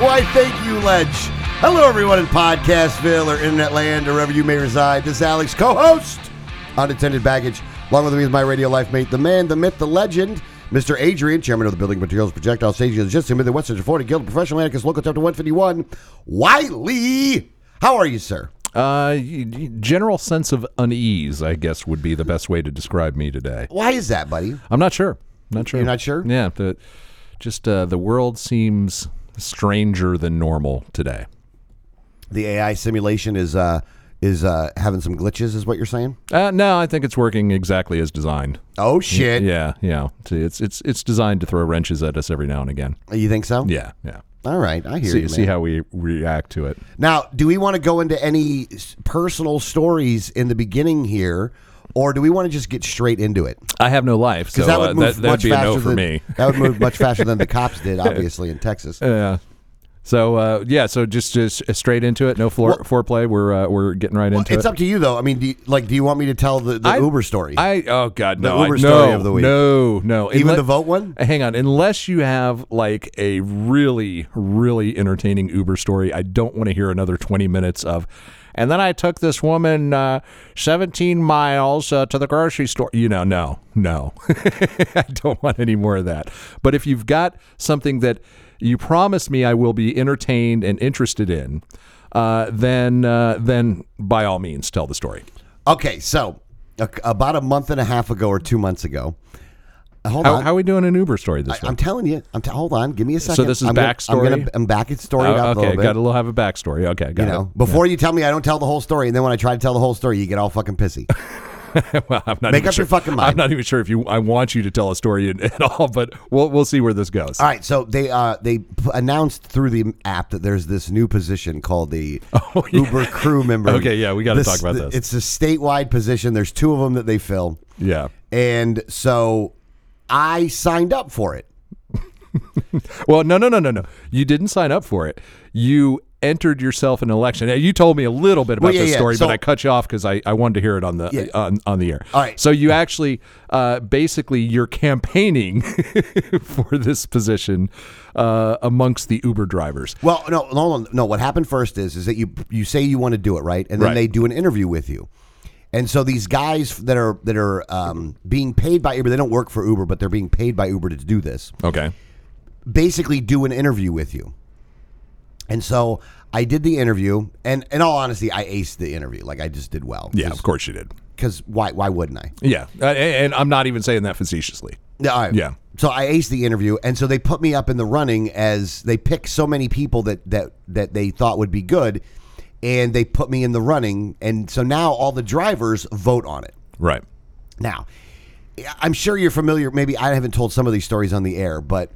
Why, thank you, Ledge. Hello, everyone in Podcastville or Internet Land or wherever you may reside. This is Alex, co host, Unattended Baggage. Along with me is my radio life mate, the man, the myth, the legend, Mr. Adrian, chairman of the Building Materials Projectile Safety and Logistics Committee, the Western Florida Guild, of professional anarchist, local chapter 151, Wiley. How are you, sir? Uh, y- y- general sense of unease, I guess, would be the best way to describe me today. Why is that, buddy? I'm not sure. Not sure. You're not sure? Yeah. The, just uh, the world seems stranger than normal today. The AI simulation is uh, is uh, having some glitches, is what you're saying? Uh, no, I think it's working exactly as designed. Oh, shit. Yeah, yeah. See, It's it's it's designed to throw wrenches at us every now and again. You think so? Yeah, yeah. All right, I hear you. See, Man. see how we react to it. Now, do we want to go into any s- personal stories in the beginning here, or do we want to just get straight into it? I have no life, so Because that uh, that, that'd be a no for than me. that would move much faster than the cops did, obviously in Texas. Yeah. So uh, yeah, so just just straight into it. No floor, foreplay. We're uh, we're getting right into It's it. up to you, though. I mean, do you, like, do you want me to tell the, the I- Uber story? I oh god no Uber I, story no, of the week. No, no. Even Unle- the vote one? Hang on. Unless you have like a really really entertaining Uber story, I don't want to hear another 20 minutes of and then I took this woman uh, 17 miles uh, to the grocery store. You know, no, no. I don't want any more of that. But if you've got something that you promise me I will be entertained and interested in, uh, then uh, then by all means tell the story. okay, so a, about a month and a half ago, or two months ago. uh, Hold How, on. how are we doing an Uber story this week? I'm telling you. I'm t- hold on. Give me a second. this is I'm gonna- backstory? I'm, gonna, I'm back it story Oh, out a okay, little bit. got a little have a backstory. Okay, got you know, before you tell me I don't tell the whole story, and then when I try to tell the whole story, you get all fucking pissy. it. well, I'm not Make even up your sure. fucking I'm mind. not even sure if you. I want you to tell a story at, at all, but we'll we'll see where this goes. All right, so they uh, they p- announced through the app that there's this new position called the Oh, yeah. Uber crew member. Okay, yeah, we gotta talk about th- It's this. a statewide position. There's two of them that they fill, Yeah. and so I signed up for it. Well, no, no, no, no, no. You didn't sign up for it. You entered yourself in an election. Now, you told me a little bit about Well, yeah, this yeah, story, so- but I cut you off because I, I wanted to hear it on the Yeah. on, on the air. All right. So you actually, uh, basically, you're campaigning for this position uh, amongst the Uber drivers. Well, no, no, no, no. What happened first is is that you you say you want to do it right, and then Right. they do an interview with you. And so these guys that are that are um, being paid by Uber, they don't work for Uber, but they're being paid by Uber to do this. Okay. basically do an interview with you. And so I did the interview, and in all honesty, I aced the interview. Like I just did well. Yeah, of course you did. Because why? Why wouldn't I? Yeah, Uh, and and I'm not even saying that facetiously. Yeah. all right. Yeah. So I aced the interview, and so they put me up in the running as they picked so many people that that that they thought would be good, and they put me in the running, and so now all the drivers vote on it. Right. Now, I'm sure you're familiar. Maybe I haven't told some of these stories on the air, but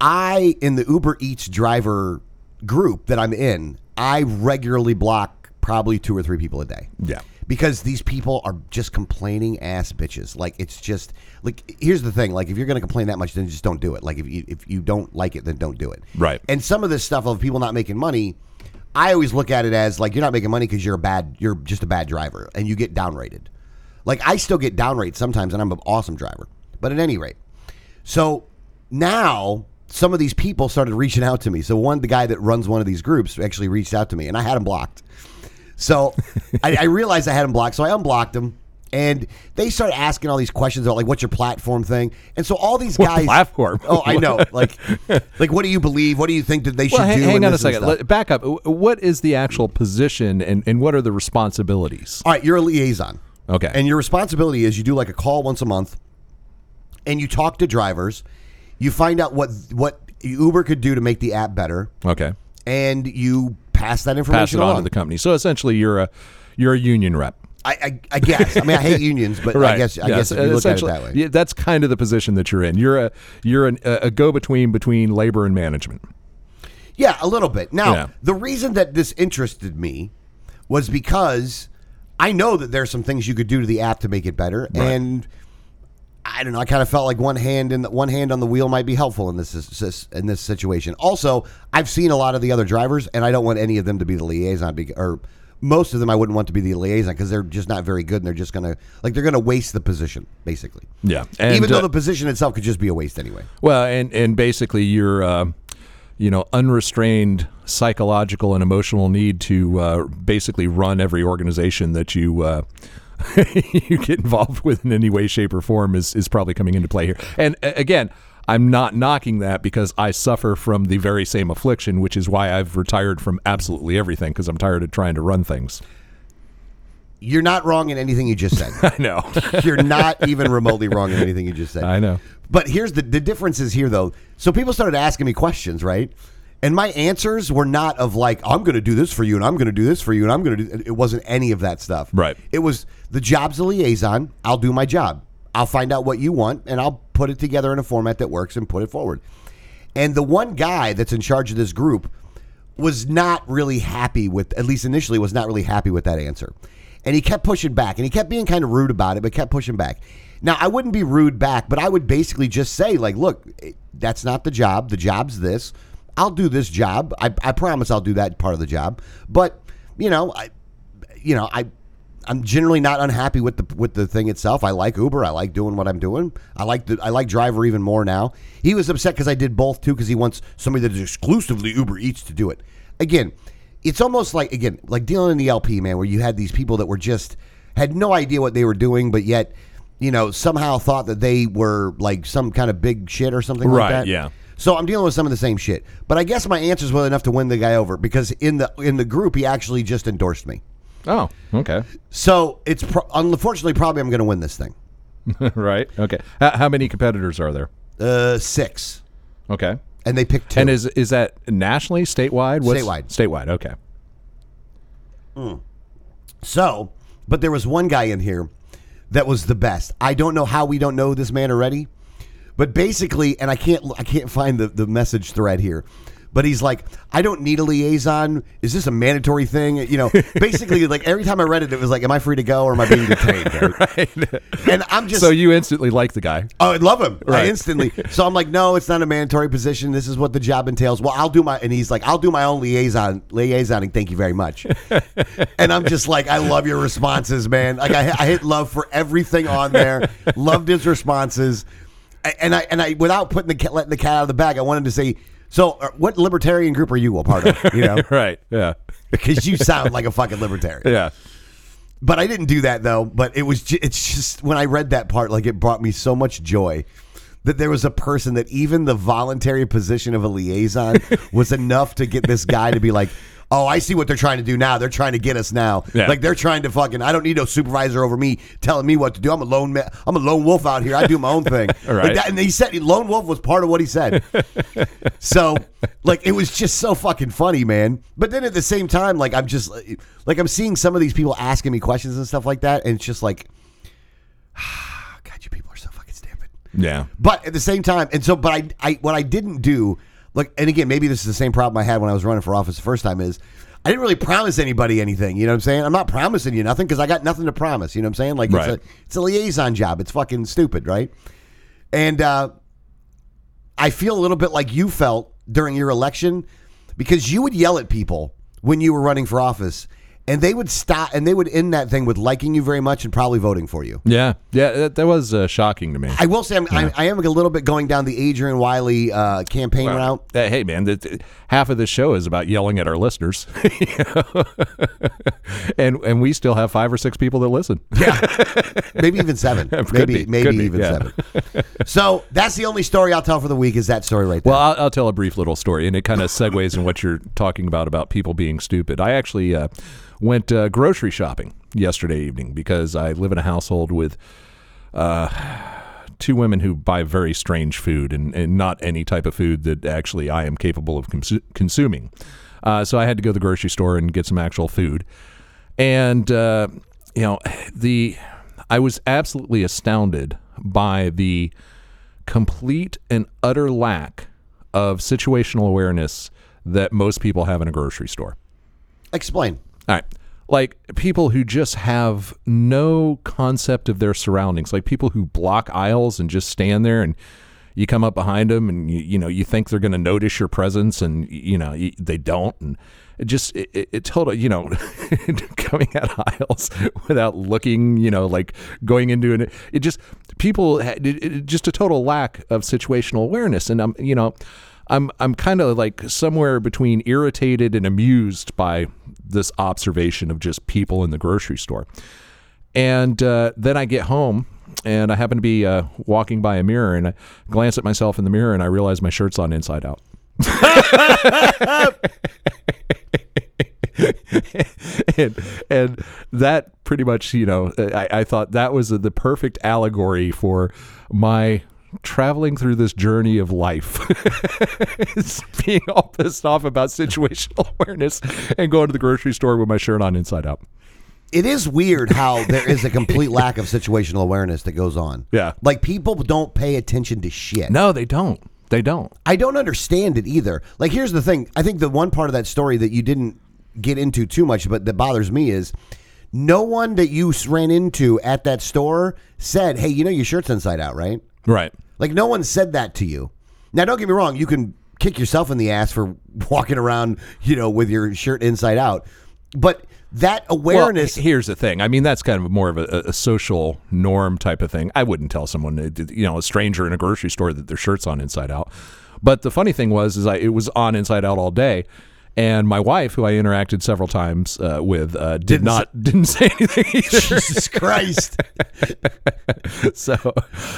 I, in the Uber Eats driver group that I'm in, I regularly block probably two or three people a day. Yeah. Because these people are just complaining ass bitches. Like it's just like here's the thing. Like if you're gonna complain that much, then just don't do it. Like if you if you don't like it, then don't do it. Right. And some of this stuff of people not making money, I always look at it as like you're not making money because you're a bad you're just a bad driver and you get downrated. Like I still get downrated sometimes, and I'm an awesome driver. But at any rate, so now some of these people started reaching out to me. So one, the guy that runs one of these groups actually reached out to me, and I had him blocked. So I, I realized I had him blocked, so I unblocked him. And they started asking all these questions about like what's your platform thing, and so all these guys platform? Oh, I know. Like, like what do you believe? What do you think that they should Well, hang, do? hang and on a this and second. stuff? Let- back up. W- What is the actual position, and, and what are the responsibilities? All right, you're a liaison. Okay. And your responsibility is you do like a call once a month and you talk to drivers. You find out what what Uber could do to make the app better Okay, and you pass that information pass it on along. to the company. So essentially, you're a you're a union rep. I, I, I guess. I mean, I hate unions, but I guess I guess Yes, if you look at it essentially- that way. yeah, that's kind of the position that you're in. You're a you're an, a, a go between between labor and management. Yeah, a little bit. Now, Yeah. the reason that this interested me was because I know that there's some things you could do to the app to make it better, and I don't know. I kind of felt like one hand in the, one hand on the wheel might be helpful in this, this in this situation. Also, I've seen a lot of the other drivers, and I don't want any of them to be the liaison, bec- or most of them I wouldn't want to be the liaison because they're just not very good, and they're just gonna like they're gonna waste the position basically. Yeah, and, Even uh, though the position itself could just be a waste anyway. Well, and and basically your uh, you know unrestrained psychological and emotional need to uh, basically run every organization that you. Uh, you get involved with in any way, shape, or form is, is probably coming into play here. And a- again, I'm not knocking that because I suffer from the very same affliction, which is why I've retired from absolutely everything because I'm tired of trying to run things. You're not wrong in anything you just said. I know. You're not even remotely wrong in anything you just said. I know. But here's the the difference is here though. So people started asking me questions, right? And my answers were not of like I'm going to do this for you and I'm going to do this for you and I'm going to do it wasn't any of that stuff. Right. It was the job's a liaison. I'll do my job. I'll find out what you want and I'll put it together in a format that works and put it forward. And the one guy that's in charge of this group was not really happy with, at least initially, was not really happy with that answer. And he kept pushing back and he kept being kind of rude about it, but kept pushing back. Now, I wouldn't be rude back, but I would basically just say, like, look, it- that's not the job. The job's this. I'll do this job. I, I promise I'll do that part of the job. But, you know, I, you know, I I'm generally not unhappy with the with the thing itself. I like Uber. I like doing what I'm doing. I like the I like Driver even more now. He was upset because I did both too because he wants somebody that is exclusively Uber Eats to do it. Again, it's almost like again like dealing in the LP man where you had these people that were just had no idea what they were doing, but yet you know somehow thought that they were like some kind of big shit or something Right, like that. yeah. So I'm dealing with some of the same shit, but I guess my answers were enough to win the guy over because in the in the group he actually just endorsed me. oh, okay. So it's pro- unfortunately probably I'm going to win this thing. right. Okay. How, how many competitors are there? Uh, six, Okay. and they picked two. And is is that nationally, statewide? Statewide. Statewide. Okay. so, but there was one guy in here that was the best. I don't know how we don't know this man already, but basically, and I can't I can't find the the message thread here. But he's like, I don't need a liaison. Is this a mandatory thing? You know, basically, like every time I read it, it was like, am I free to go or am I being detained? And I'm just so you instantly like the guy. Oh, I love him. Right. I instantly. So I'm like, no, it's not a mandatory position. This is what the job entails. Well, I'll do my, and he's like, I'll do my own liaison, liaisoning. Thank you very much. and I'm just like, I love your responses, man. Like I, I hit love for everything on there. Loved his responses, A- and I, and I, without putting the cat, letting the cat out of the bag, I wanted to say, so uh, what libertarian group are you a part of? You know, Right. Yeah. because you sound like a fucking libertarian Yeah. but I didn't do that though. But it was ju- it's just when I read that part, like it brought me so much joy that there was a person that even the voluntary position of a liaison was enough to get this guy to be like. Oh, I see what they're trying to do now. They're trying to get us now. Yeah. Like they're trying to fucking. I don't need no supervisor over me telling me what to do. I'm a lone. Ma- I'm a lone wolf out here. I do my own thing. All Like right. that, and he said lone wolf was part of what he said. So, like, it was just so fucking funny, man. But then at the same time, like, I'm just like, I'm seeing some of these people asking me questions and stuff like that, and it's just like, God, you people are so fucking stupid. Yeah. But at the same time, and so, but I, I, what I didn't do, like, and again, maybe this is the same problem I had when I was running for office the first time is I didn't really promise anybody anything. You know what I'm saying? I'm not promising you nothing because I got nothing to promise. You know what I'm saying? Like, Right. it's, a, it's a liaison job. It's fucking stupid, right? And uh, I feel a little bit like you felt during your election because you would yell at people when you were running for office. And they would stop, and they would end that thing with liking you very much and probably voting for you. Yeah. Yeah. That, that was uh, shocking to me. I will say I'm, I, I am a little bit going down the Adrian Wiley uh, campaign route. Uh, hey, man, that that- half of this show is about yelling at our listeners, You know? and and we still have five or six people that listen. Maybe even seven. maybe be, maybe could be, even yeah. seven. So that's the only story I'll tell for the week is that story right there. Well, I'll, I'll tell a brief little story, and it kind of segues in what you're talking about about people being stupid. I actually uh, went uh, grocery shopping yesterday evening because I live in a household with uh, two women who buy very strange food and, and not any type of food that actually I am capable of consu- consuming. Uh, so I had to go to the grocery store and get some actual food, and uh, you know the I was absolutely astounded by the complete and utter lack of situational awareness that most people have in a grocery store. Explain. All right. Like people who just have no concept of their surroundings, like people who block aisles and just stand there and you come up behind them and you, you know you think they're going to notice your presence and y- you know y they don't and it just it, it, it total you know coming out aisles without looking you know like going into an it just people had- it, it, just a total lack of situational awareness and I'm you know I'm I'm kind of like somewhere between irritated and amused by this observation of just people in the grocery store. And uh, then I get home and I happen to be uh, walking by a mirror and I glance at myself in the mirror and I realize my shirt's on inside out. and, and that pretty much, you know, I, I thought that was the perfect allegory for my traveling through this journey of life. It's being all pissed off about situational awareness and going to the grocery store with my shirt on inside out. It is weird how there is a complete lack of situational awareness that goes on. Yeah. Like people don't pay attention to shit. No, they don't. They don't. I don't understand it either. Like, here's the thing. I think the one part of that story that you didn't get into too much, but that bothers me is no one that you s- ran into at that store said, "Hey, you know your shirt's inside out, right?" Right. Like, no one said that to you. Now, don't get me wrong. You can kick yourself in the ass for walking around, you know, with your shirt inside out, but that awareness. Well, he- here's the thing. I mean, that's kind of more of a, a social norm type of thing. I wouldn't tell someone, uh, d- you know, a stranger in a grocery store that their shirt's on inside out. But the funny thing was, is I it was on inside out all day, and my wife, who I interacted several times uh, with, uh, did not didn't say anything either. Jesus Christ! so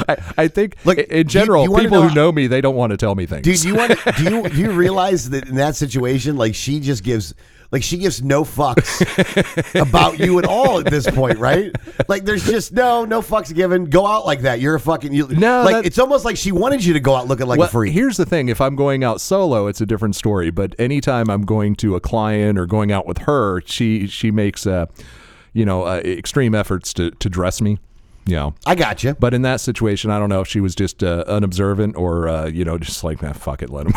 I, I think, Look, i- do you- in general, you wanna people know- who know me, they don't want to tell me things. Dude, you want do you do you realize that in that situation, like she just gives like she gives no fucks about you at all at this point, right? Like there's just no no fucks given. Go out like that. You're a fucking you, No, Like that- it's almost like she wanted you to go out looking like Well, a freak. Here's the thing: if I'm going out solo, it's a different story. But anytime I'm going to a client or going out with her, she she makes uh, you know uh, extreme efforts to to dress me. You know. I got you. But in that situation, I don't know if she was just uh, unobservant or uh, you know just like, nah, fuck it, let him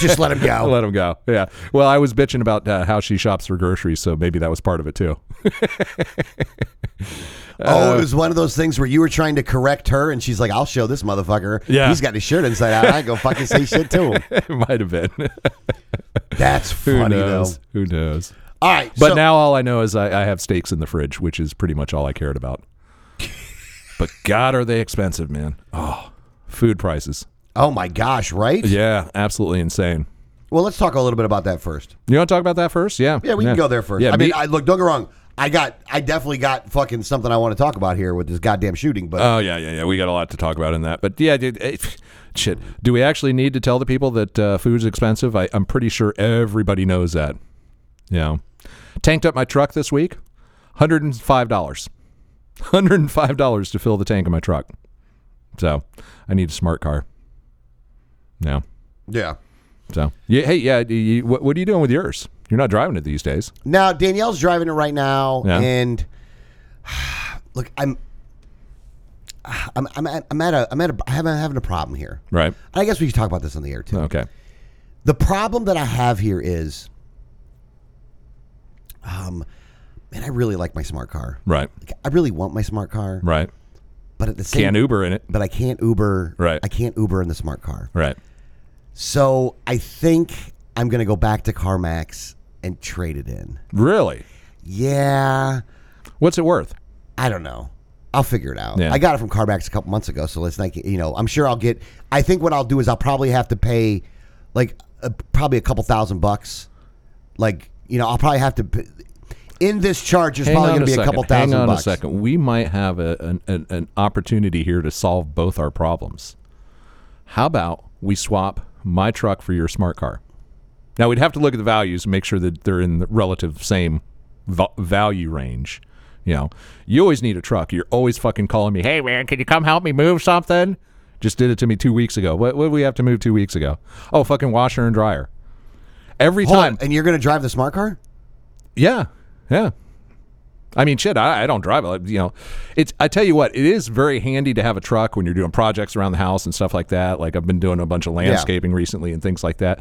Just let him go. let him go. Yeah. Well, I was bitching about uh, how she shops for groceries, so maybe that was part of it too. oh, it was one of those things where you were trying to correct her, and she's like, "I'll show this motherfucker. Yeah. he's got his shirt inside out. I ain't gonna fucking say shit to him." it might have been. That's Who funny though. knows? Who knows? All right, But so- now all I know is I, I have steaks in the fridge, which is pretty much all I cared about. but God, are they expensive, man? Oh, food prices. oh my gosh, right? Yeah, absolutely insane. Well, let's talk a little bit about that first. You want to talk about that first? Yeah. Yeah, we can go there first. Yeah, I mean, me- I, look, don't get wrong. I got, I definitely got fucking something I want to talk about here with this goddamn shooting. But oh, yeah, yeah, yeah. We got a lot to talk about in that. But yeah, dude, eh, shit. Do we actually need to tell the people that uh, food's expensive? I, I'm pretty sure everybody knows that. Yeah. Tanked up my truck this week $105. $105 to fill the tank of my truck. So I need a smart car. Yeah. yeah. So, yeah, hey, yeah, do you, what, what are you doing with yours? You're not driving it these days. Now Danielle's driving it right now, Yeah. and look, I'm, I'm, I'm, at, I'm at a, I'm at a, I'm having a problem here. Right. I guess we should talk about this on the air too. Okay. The problem that I have here is, um, man, I really like my smart car. Right. Like, I really want my smart car, Right. but at the same, Can Uber in it. but I can't Uber. Right. I can't Uber in the smart car. Right. So I think I'm going to go back to CarMax and trade it in. Really? Yeah, What's it worth? I don't know. I'll figure it out. Yeah. I got it from CarMax a couple months ago, so let's not get, you know, I'm sure I'll get I think what I'll do is I'll probably have to pay like a, probably a couple thousand bucks. Like, you know, I'll probably have to p- in this charge is probably going to be a, couple thousand Hang on bucks. a second. We might have a, an, an, an opportunity here to solve both our problems. How about we swap my truck for your smart car? Now, we'd have to look at the values and make sure that they're in the relative same va- value range. You know, you always need a truck. You're always fucking calling me, hey, man, can you come help me move something? Just did it to me two weeks ago. What, what did we have to move two weeks ago? Oh, fucking washer and dryer. Every Hold time. on, and you're going to drive the smart car? Yeah, yeah. I mean, shit. I, I don't drive. like, You know, it's. I tell you what, it is very handy to have a truck when you're doing projects around the house and stuff like that. Like I've been doing a bunch of landscaping recently and things like that.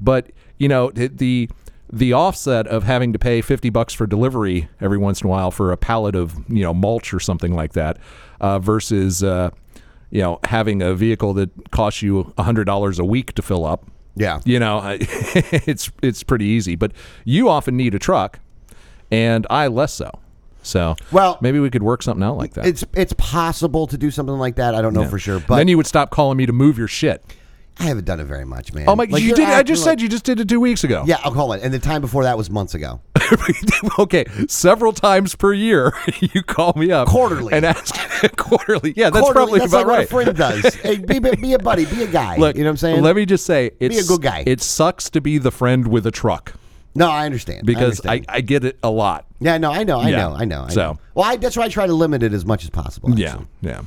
But you know the- the the offset of having to pay 50 bucks for delivery every once in a while for a pallet of you know mulch or something like that uh, versus uh, you know having a vehicle that costs you $100 a week to fill up Yeah. you know I- it's it's pretty easy but you often need a truck and i less so so Well- maybe we could work something out like that It's it's possible to do something like that. I don't know for sure, but then you would stop calling me to move your shit I haven't done it very much, man. oh my Like, you you're did i just acting like- said you just did it two weeks ago Yeah, I'll call it. And the time before that was months ago. okay several times per year you call me up Quarterly. and ask quarterly yeah that's Quarterly, probably that's about like right What a friend does. hey, be, be- be a buddy, be a guy. Look, you know what I'm saying? Let me just say, it's good guy. It sucks to be the friend with a truck no, I understand because I, understand. I, get it a lot. yeah, no, I know, I Yeah. know, I know. I So. know. well, I, that's why I try to limit it as much as possible. Yeah, actually. yeah.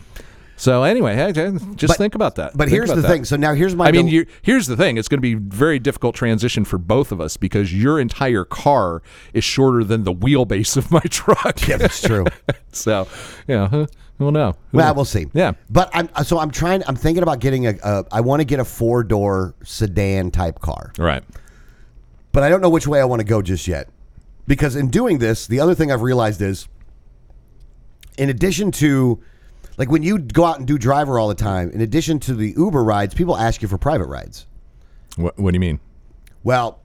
So anyway, hey, hey, just think about that. but Think here's about the that. thing. So now here's my. I mean, del- you, here's the thing. It's going to be very difficult transition for both of us because your entire car is shorter than the wheelbase of my truck. Yeah, that's true. so, yeah, huh, we'll know. well, we'll see. Yeah. but I'm so I'm trying. I'm thinking about getting a. a I want to get a four door sedan type car. Right. but I don't know which way I want to go just yet. Because in doing this, the other thing I've realized is, in addition to, like when you go out and do driver all the time, in addition to the Uber rides, people ask you for private rides. What, what do you mean? Well,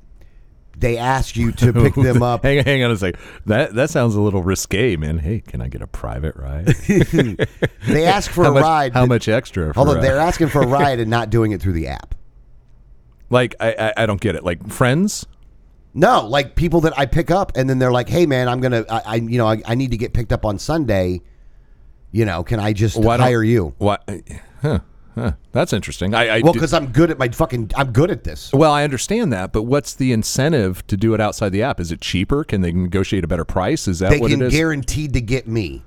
they ask you to pick them up. hang, hang on a sec. That that sounds a little risque, man. Hey, can I get a private ride? They ask for how a much, ride. How that- much extra? For Although a- they're asking for a ride and not doing it through the app. like, I, I I don't get it. Like friends. No, like people that I pick up and then they're like, "Hey, man, I'm gonna, I, I you know, I, I need to get picked up on Sunday. You know, can I just Why don't- hire you? Why? Huh? Huh? That's interesting. I, I Well, do- because I'm good at my fucking, I'm good at this. Well, I understand that, but what's the incentive to do it outside the app? Is it cheaper? Can they negotiate a better price? Is that they what can it is? guaranteed to get me.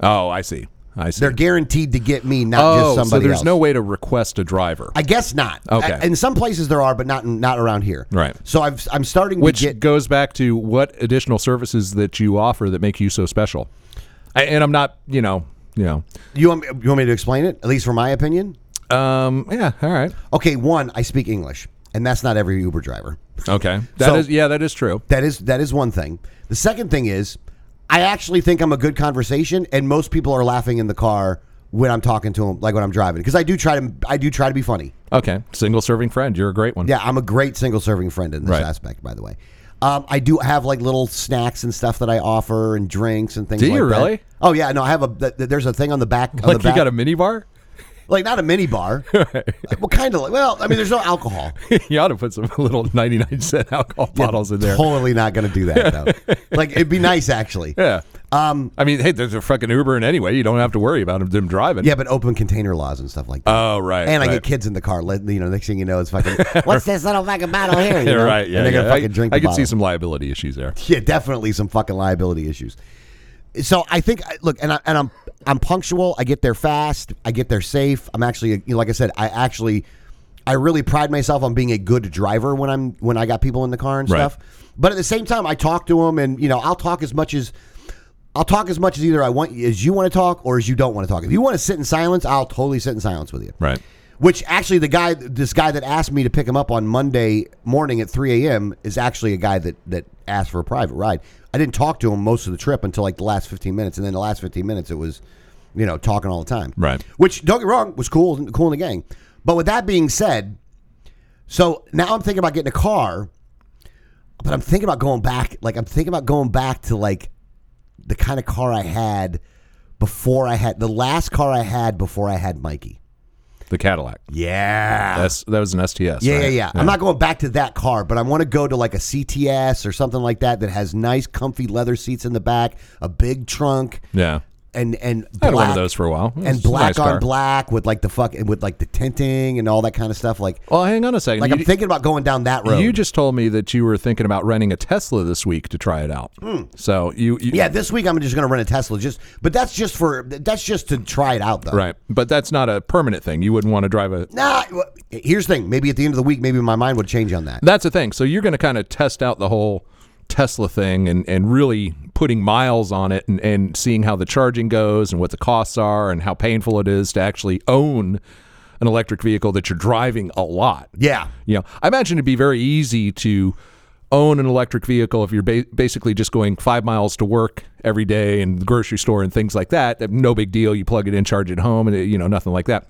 oh, I see. I see. They're guaranteed to get me, not oh, just somebody so there's else. no way to request a driver, I guess not. Okay. I- in some places there are, but not in, not around here. Right. So I've, I'm starting which to get. goes back to what additional services that you offer that make you so special. I, and I'm not, you know, you know. You want, me- you want me to explain it? At least from my opinion. Um, yeah, all right. Okay. One, I speak English, and that's not every Uber driver. Okay. That is, So- yeah, that is true. That is that is one thing. The second thing is, I actually think I'm a good conversation, and most people are laughing in the car when I'm talking to them, like when I'm driving, because I do try to I do try to be funny. Okay. Single serving friend, you're a great one. Yeah, I'm a great single serving friend in this Right. aspect, by the way. Um, I do have like little snacks and stuff that I offer and drinks and things. Do like you that. really? Oh yeah, no, I have a. th- th- There's a thing on the back. On Like the you back, got a minibar? like not a mini bar. well, kind of. like Well, I mean, there's no alcohol. you ought to put some little 99 cent alcohol bottles in there. Totally not going to do that though. like it'd be nice actually. Yeah. Um, I mean, hey, there's a fucking Uber in anyway. You don't have to worry about them driving. Yeah, but open container laws and stuff like that. Oh, right. and I right. get kids in the car. Let, you know, next thing you know, it's fucking. What's this little fucking bottle here? You Yeah, know? right. Yeah. and they're yeah. gonna fucking I, drink. I the could see bottle. some liability issues there. yeah, definitely some fucking liability issues. So I think I- look, and I and I'm I'm punctual. I get there fast. I get there safe. I'm actually, you know, like I said, I actually, I really pride myself on being a good driver when I'm when I got people in the car and Right. stuff. But at the same time, I talk to them, and you know, I'll talk as much as. I'll talk as much as either I want as you want to talk or as you don't want to talk. If you want to sit in silence, I'll totally sit in silence with you. Right. Which actually, the guy, this guy that asked me to pick him up on Monday morning at 3 a.m. is actually a guy that that asked for a private ride. I didn't talk to him most of the trip until like the last 15 minutes, and then the last 15 minutes it was, you know, talking all the time. Right. Which don't get me wrong was cool, cool in the gang. But with that being said, so now I'm thinking about getting a car, but I'm thinking about going back. Like I'm thinking about going back to like the kind of car I had before I had the last car I had before I had Mikey. The Cadillac. Yeah. That's, that was an STS. yeah, right? yeah, yeah. I'm not going back to that car, but I want to go to like a CTS or something like that that has nice, comfy leather seats in the back, a big trunk, Yeah. and and I had one of black- those for a while. It and was a black nice on car. black with like the fuck with like the tinting and all that kind of stuff. Like, Well, hang on a second. like Oh, you, I'm thinking about going down that road. you just told me that you were thinking about renting a Tesla this week to try it out. So you, you Hmm. yeah, this week I'm just going to rent a Tesla. Just, but that's just for that's just to try it out though. Right. But that's not a permanent thing. You wouldn't want to drive a. Nah. well, Here's the thing. Maybe at the end of the week, maybe my mind would change on that. That's the thing. So you're going to kind of test out the whole Tesla thing and, and really putting miles on it and, and seeing how the charging goes and what the costs are and how painful it is to actually own an electric vehicle that you're driving a lot. Yeah. You know, I imagine it'd be very easy to own an electric vehicle if you're ba- basically just going five miles to work every day and the grocery store and things like that. That- No big deal. You plug it in, charge it home, and it, you know nothing like that.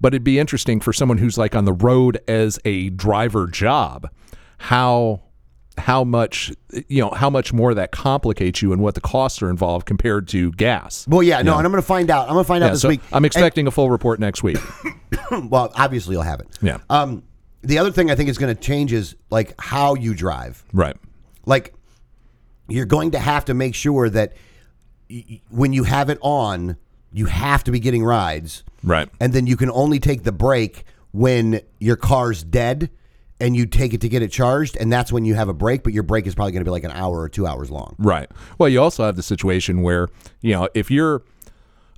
But it'd be interesting for someone who's like on the road as a driver job, how how much you know how much more that complicates you and what the costs are involved compared to gas. Well, yeah, no, and I'm going to find out. I'm going to find out Yeah, this so week. I'm expecting a full report next week. well, obviously you'll have it. Yeah. Um, the other thing I think is going to change is like how you drive. right. Like you're going to have to make sure that y- y- when you have it on, you have to be getting rides, Right. and then you can only take the break when your car's dead. And you take it to get it charged, and that's when you have a break. But your break is probably going to be like an hour or two hours long. Right. Well, you also have the situation where, you know, if you're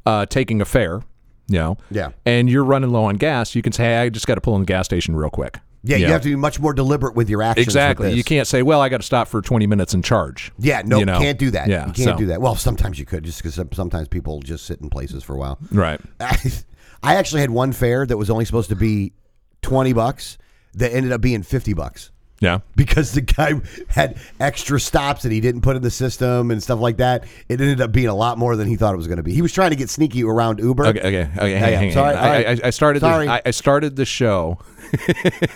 uh, taking a fare, you know, Yeah. and you're running low on gas, you can say, hey, I just got to pull in the gas station real quick. Yeah, you know? have to be much more deliberate with your actions. with Exactly. this. You can't say, well, I got to stop for 20 minutes and charge. Yeah, no, you know? can't do that. Yeah. you can't so- do that. Well, sometimes you could, just because sometimes people just sit in places for a while. Right. I, I actually had one fare that was only supposed to be twenty bucks that ended up being fifty bucks Yeah. because the guy had extra stops that he didn't put in the system and stuff like that. It ended up being a lot more than he thought it was going to be. He was trying to get sneaky around Uber. Okay. Okay. Okay. Hang, Yeah, yeah. hang, Sorry, hang. I, I, I started. Sorry. The, I, I started the show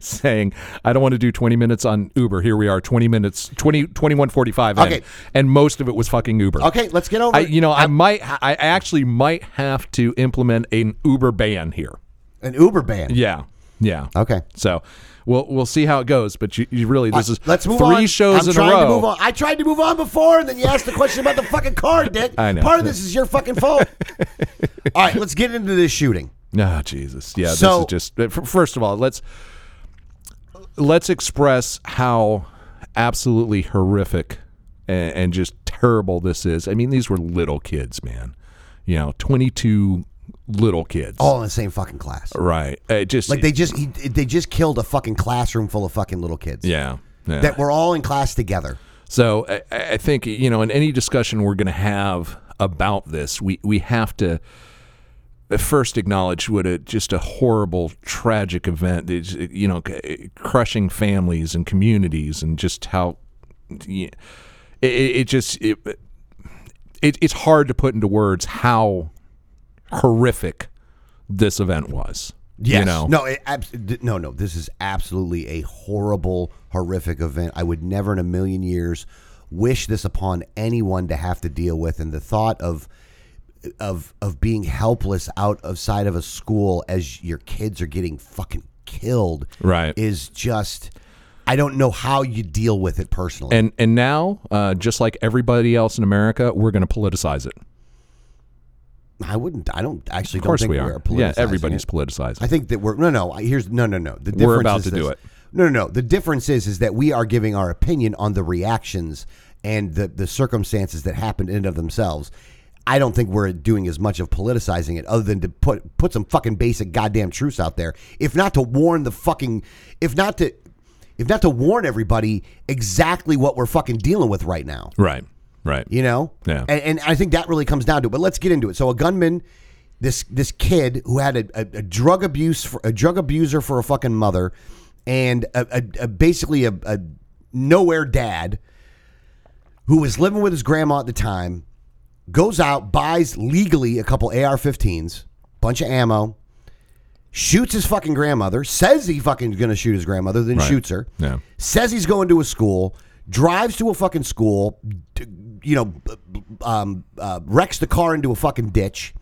saying I don't want to do 20 minutes on Uber. Here we are, 20 minutes, 20, 21.45 in, Okay. and most of it was fucking Uber. Okay, let's get over I, it. you know, I might, I actually might have to implement an Uber ban here. An Uber ban. Yeah, yeah. Okay. So we'll we'll see how it goes. But you, you really, this is Let's move three on. shows I'm in trying a row. To move on. I tried to move on before, and then you asked the question about the fucking car, Dick. I know. Part of this is your fucking fault. All right, let's get into this shooting. No, Ah, Jesus. Yeah, So- this is just. f- First of all, let's let's express how absolutely horrific and, and just terrible this is. I mean, these were little kids, man. You know, twenty-two little kids. All in the same fucking class. right. It just Oh. Like they just he, they just killed a fucking classroom full of fucking little kids. Yeah. Yeah. That were all in class together. So I, I think you know, in any discussion we're going to have about this, we we have to first acknowledge what a just a horrible, tragic event. It's, you know, c- crushing families and communities, and just how yeah, it, it it just it, it it's hard to put into words how horrific this event was. You know, No, it, abs- d- no, no. This is absolutely a horrible, horrific event. I would never in a million years wish this upon anyone to have to deal with. And the thought of of of being helpless out of sight of a school as your kids are getting fucking killed Right. is just I don't know how you deal with it personally. and and now, uh, just like everybody else in America, we're going to politicize it. I wouldn't I don't actually Of course don't think we we're are. Yeah, politicizing everybody's it. politicized. I think that we're no no. I- Here's no no no. The difference We're about is to do this. it. No no no. The difference is is that we are giving our opinion on the reactions and the the circumstances that happened in and of themselves. I don't think we're doing as much of politicizing it, other than to put put some fucking basic goddamn truths out there. If not to warn the fucking, if not to, if not to warn everybody exactly what we're fucking dealing with right now. Right. Right. You know? Yeah. And, and I think that really comes down to it. But let's get into it. So a gunman, this this kid who had a, a, a drug abuse for, a drug abuser for a fucking mother, and a, a, a basically a, a nowhere dad who was living with his grandma at the time, goes out, buys legally a couple AR-15s, bunch of ammo, shoots his fucking grandmother, says he fucking gonna shoot his grandmother, then Right. shoots her Yeah. says he's going to a school, drives to a fucking school, d- you know, b- b- um, uh, wrecks the car into a fucking ditch,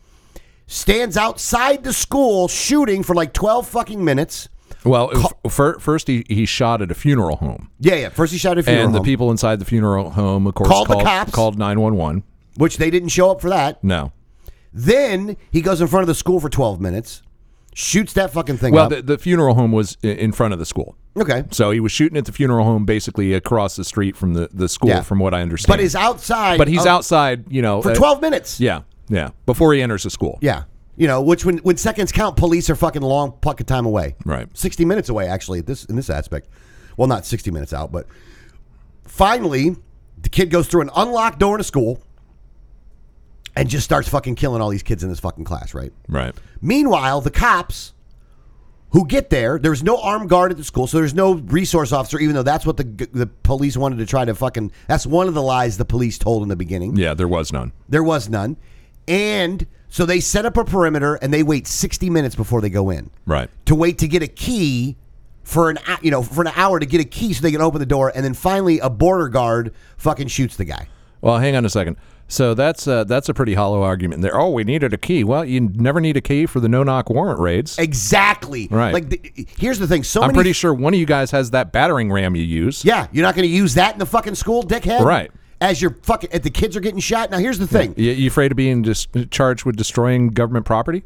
stands outside the school shooting for like 12 fucking minutes. Well, f- fir- first he, he shot at a funeral home, Yeah, yeah. First he shouted funeral and the home, people inside the funeral home, of course, Called the called cops. called nine one one. which they didn't show up for that. No. Then he goes in front of the school for 12 minutes, shoots that fucking thing Well, up. the, the funeral home was i- in front of the school, okay. so he was shooting at the funeral home, basically across the street from the, the school, Yeah. from what I understand. But is outside. but he's of- outside, you know, for uh, 12 minutes. Yeah, yeah, before he enters the school. Yeah. You know, which when, when seconds count, police are fucking long fucking time away. Right. 60 minutes away, actually, this in this aspect. Well, not 60 minutes out, but finally, the kid goes through an unlocked door in a school, and just starts fucking killing all these kids in this fucking class, right? Right. Meanwhile, the cops who get there, there's no armed guard at the school, so there's no resource officer, even though that's what the the police wanted to try to fucking. That's one of the lies the police told in the beginning. Yeah, there was none. There was none, and so they set up a perimeter and they wait 60 minutes before they go in Right. to wait to get a key for an hou- you know for an hour to get a key so they can open the door, and then finally a border guard fucking shoots the guy. Well, hang on a second. So that's uh, that's a pretty hollow argument there. Oh, we needed a key. Well, you never need a key for the no knock warrant raids. Exactly. Right. Like the, here's the thing. So I'm many. pretty sure one of you guys has that battering ram you use. Yeah, you're not going to use that in the fucking school, dickhead. Right. As you're fucking, if the kids are getting shot. Now here's the thing. You, you afraid of being dis- charged with destroying government property?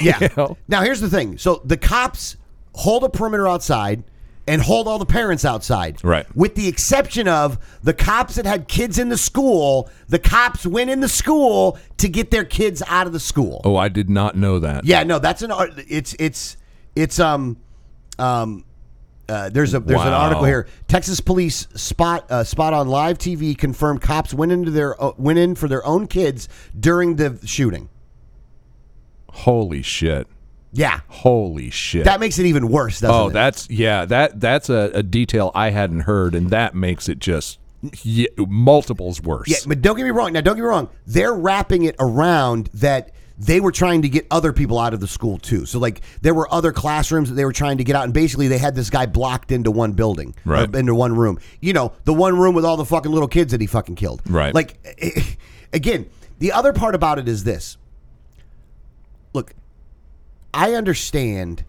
Yeah. know? Now here's the thing. So the cops hold a perimeter outside and hold all the parents outside. Right. With the exception of the cops that had kids in the school, the cops went in the school to get their kids out of the school. Oh, I did not know that. Yeah, no, that's an art. It's it's it's um um. Uh, there's a there's an Wow. article here. Texas police spot uh, spot on live TV confirmed cops went into their uh, went in for their own kids during the shooting. Holy shit. Yeah, Holy shit. that makes it even worse, doesn't oh, it? that's yeah. That that's a, a detail I hadn't heard, and that makes it just yeah, multiples worse. Yeah, but don't get me wrong. Now, don't get me wrong. They're wrapping it around that they were trying to get other people out of the school too. So like there were other classrooms that they were trying to get out, and basically they had this guy blocked into one building, Right. uh, into one room. You know, the one room with all the fucking little kids that he fucking killed. Right. Like, eh, again, the other part about it is this. Look, I understand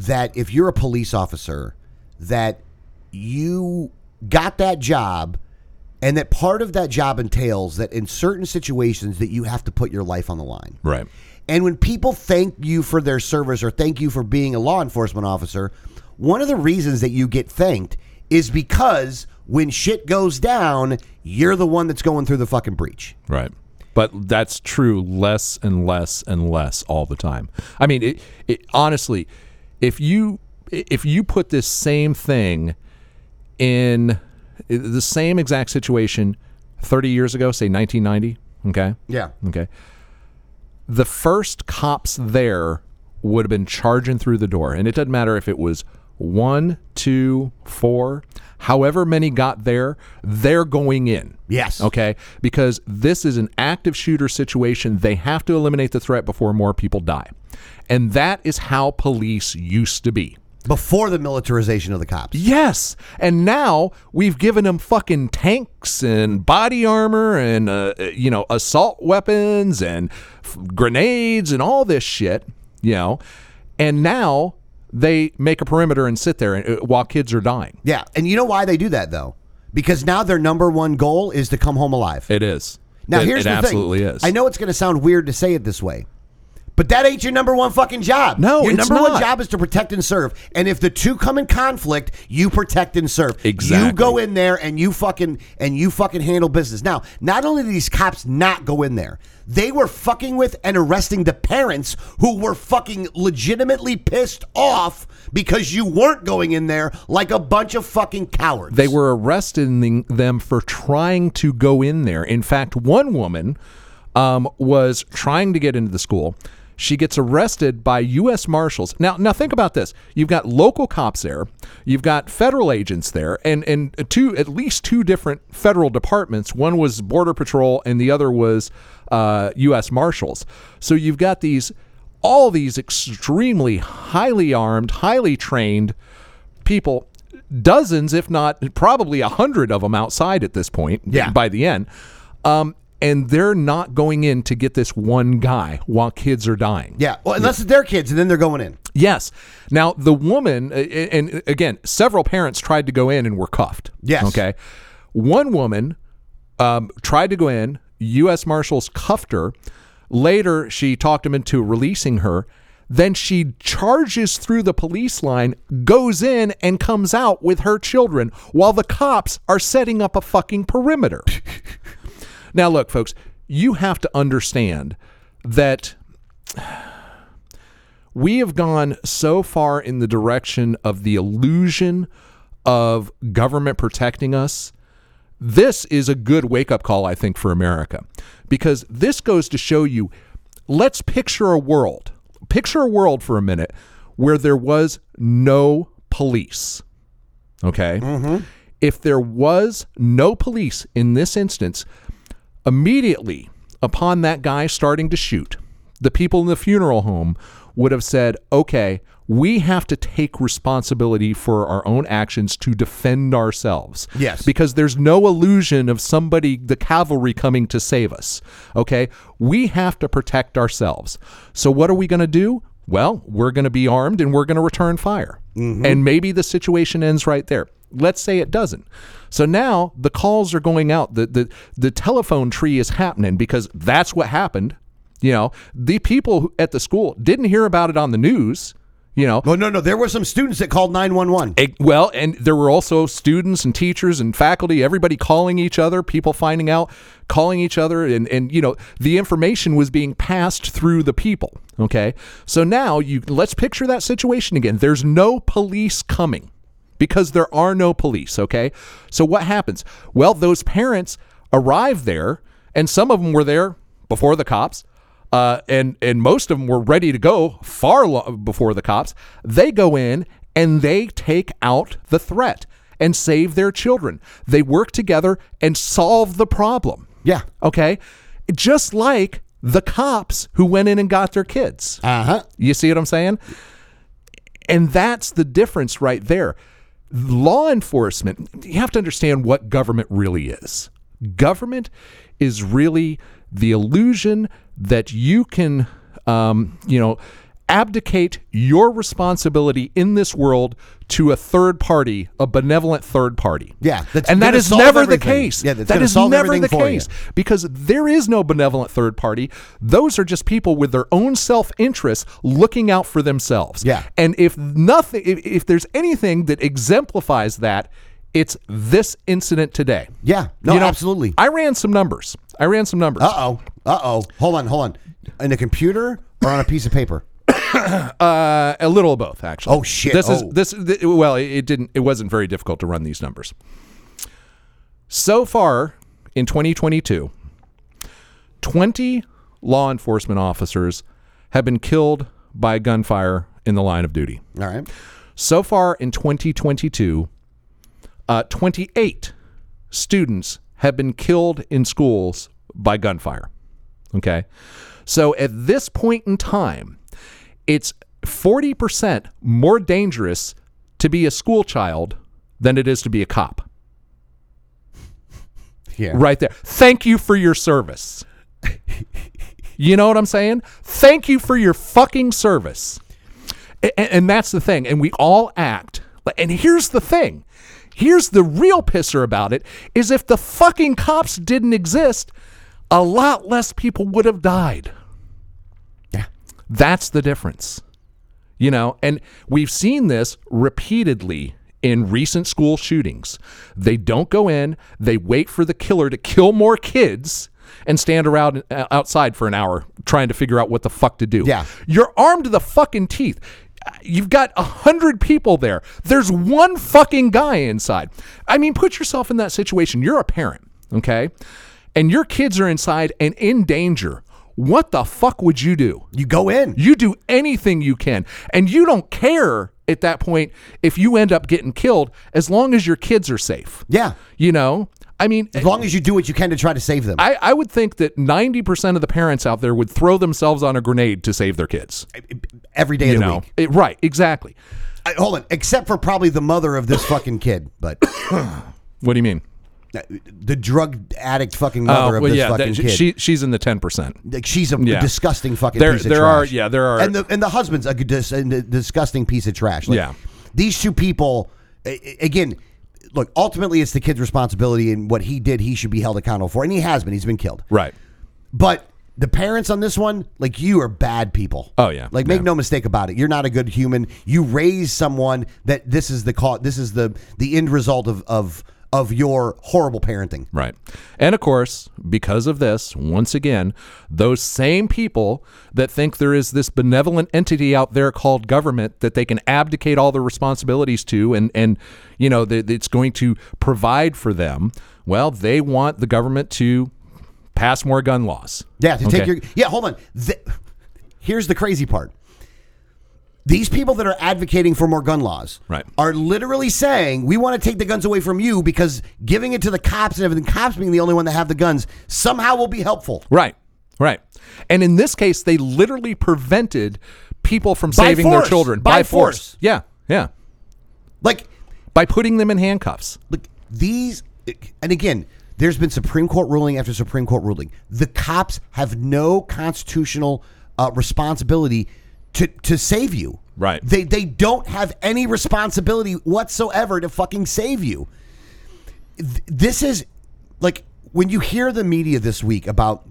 that if you're a police officer that you got that job and that part of that job entails that in certain situations that you have to put your life on the line. Right. And when people thank you for their service or thank you for being a law enforcement officer, one of the reasons that you get thanked is because when shit goes down, you're the one that's going through the fucking breach. Right. But that's true less and less and less all the time. I mean, it, it, honestly, if you if you put this same thing in the same exact situation 30 years ago, say 1990, okay? Yeah. Okay. The first cops there would have been charging through the door. And it doesn't matter if it was one, two, four, however many got there, they're going in. Yes. Okay. Because this is an active shooter situation. They have to eliminate the threat before more people die. And that is how police used to be. Before the militarization of the cops. Yes. And now we've given them fucking tanks and body armor and, uh, you know, assault weapons and f- grenades and all this shit, you know. And now they make a perimeter and sit there and, uh, while kids are dying. Yeah, and you know why they do that though? Because now their number one goal is to come home alive. It is. Now it, here's it the absolutely thing. is. I know it's going to sound weird to say it this way, but that ain't your number one fucking job. No, your it's number not. one job is to protect and serve. And if the two come in conflict, you protect and serve. Exactly. You go in there and you fucking and you fucking handle business. Now, not only did these cops not go in there, they were fucking with and arresting the parents who were fucking legitimately pissed off because you weren't going in there like a bunch of fucking cowards. They were arresting them for trying to go in there. In fact, one woman um, was trying to get into the school. She gets arrested by U.S. Marshals. Now, now think about this: you've got local cops there, you've got federal agents there, and and two at least two different federal departments. One was Border Patrol, and the other was uh, U.S. Marshals. So you've got these all these extremely highly armed, highly trained people dozens if not probably a hundred of them outside at this point Yeah. by the end um, and they're not going in to get this one guy while kids are dying Yeah. Well, unless it's their kids, and then they're going in. yes now the woman uh, and again several parents tried to go in and were cuffed Yes. okay one woman um, tried to go in u.s marshals cuffed her later she talked him into releasing her then she charges through the police line, goes in, and comes out with her children while the cops are setting up a fucking perimeter. Now, look, folks, you have to understand that we have gone so far in the direction of the illusion of government protecting us. This is a good wake up call, I think, for America because this goes to show you let's picture a world, picture a world for a minute where there was no police. Okay? If there was no police in this instance, immediately upon that guy starting to shoot, the people in the funeral home would have said, okay, we have to take responsibility for our own actions to defend ourselves. Yes. Because there's no illusion of somebody, the cavalry coming to save us. Okay. We have to protect ourselves. So, what are we going to do? Well, we're going to be armed and we're going to return fire. And maybe the situation ends right there. Let's say it doesn't. So now the calls are going out. The, the, the telephone tree is happening because that's what happened. You know, the people who- at the school didn't hear about it on the news. You know, No, no, no. There were some students that called 911. Eh, Well, and there were also students and teachers and faculty, everybody calling each other, people finding out, calling each other, and, and you know the information was being passed through the people. Okay, so now you let's picture that situation again. There's no police coming because there are no police. Okay, so what happens? Well, those parents arrive there, and some of them were there before the cops. Uh, and and most of them were ready to go far lo- before the cops. They go in and they take out the threat and save their children. They work together and solve the problem. Yeah. Okay. Just like the cops who went in and got their kids. Uh huh. You see what I'm saying? And that's the difference right there. Law enforcement, you have to understand what government really is. Government is really the illusion that you can, um, you know, abdicate your responsibility in this world to a third party, a benevolent third party. Yeah, that's and that gonna is solve never the everything. case. Yeah, that's that gonna is solve never everything the for you. case because there is no benevolent third party. Those are just people with their own self interest looking out for themselves. Yeah. And if nothing, if, if there's anything that exemplifies that, it's this incident today. Yeah. No, You know, absolutely. I ran some numbers. I ran some numbers. Uh oh. Uh oh. Hold on. Hold on. In a computer or on a piece of paper? Uh, a little of both, actually. Oh, shit. This is Oh. this. th- well, it, it didn't. It wasn't very difficult to run these numbers. So far in 2022, 20 law enforcement officers have been killed by gunfire in the line of duty. All right. So far in 2022, uh, 28 students have been killed in schools by gunfire. Okay. So at this point in time, it's 40% more dangerous to be a school child than it is to be a cop. Yeah. Right there. Thank you for your service. you know what I'm saying? Thank you for your fucking service. A- a- And, that's the thing. And we all act. And here's the thing. Here's the real pisser about it is if the fucking cops didn't exist, a lot less people would have died. Yeah. That's the difference. You know, and we've seen this repeatedly in recent school shootings. They don't go in, they wait for the killer to kill more kids and stand around uh, outside for an hour trying to figure out what the fuck to do. Yeah. You're armed to the fucking teeth. You've got a hundred people there. There's one fucking guy inside. I mean, put yourself in that situation. You're a parent, okay? And your kids are inside and in danger. What the fuck would you do? You go in. You do anything you can. And you don't care at that point if you end up getting killed as long as your kids are safe. Yeah. You know? I mean, As long as you do what you can to try to save them. I, I would think that 90% of the parents out there would throw themselves on a grenade to save their kids. every day of You the know? week. It- right, exactly. I- hold on, except for probably the mother of this fucking kid, but What do you mean? Uh, the drug addict fucking mother of this fucking Oh, that- kid. she, she's in the 10%. like she's a Yeah. disgusting fucking There- piece of there are- trash. yeah, there are- and the and the husband's a dis, a disgusting piece of trash. Like, Yeah. these two people a- a- again. Look, ultimately, it's the kid's responsibility, and what he did, he should be held accountable for, and he has been. He's been killed, Right. but the parents on this one, like you are bad people. Oh, yeah. Like make Yeah. no mistake about it. You're not a good human. You raise someone that this is the cause. This is the the end result of of of your horrible parenting. Right. And of course, because of this, once again, those same people that think there is this benevolent entity out there called government that they can abdicate all their responsibilities to and, and you know, that it's going to provide for them, well, they want the government to pass more gun laws. Yeah, to take Okay. your yeah. Hold on. The, here's the crazy part. These people that are advocating for more gun laws Right. are literally saying we want to take the guns away from you because giving it to the cops and everything, cops being the only one that have the guns, somehow will be helpful. Right, right. And in this case, they literally prevented people from By saving their force. children By force. Yeah, yeah. Like, By putting them in handcuffs. like these, and again, there's been Supreme Court ruling after Supreme Court ruling. The cops have no constitutional uh, responsibility to to save you. Right. They they don't have any responsibility whatsoever to fucking save you. Th- This is like when you hear the media this week about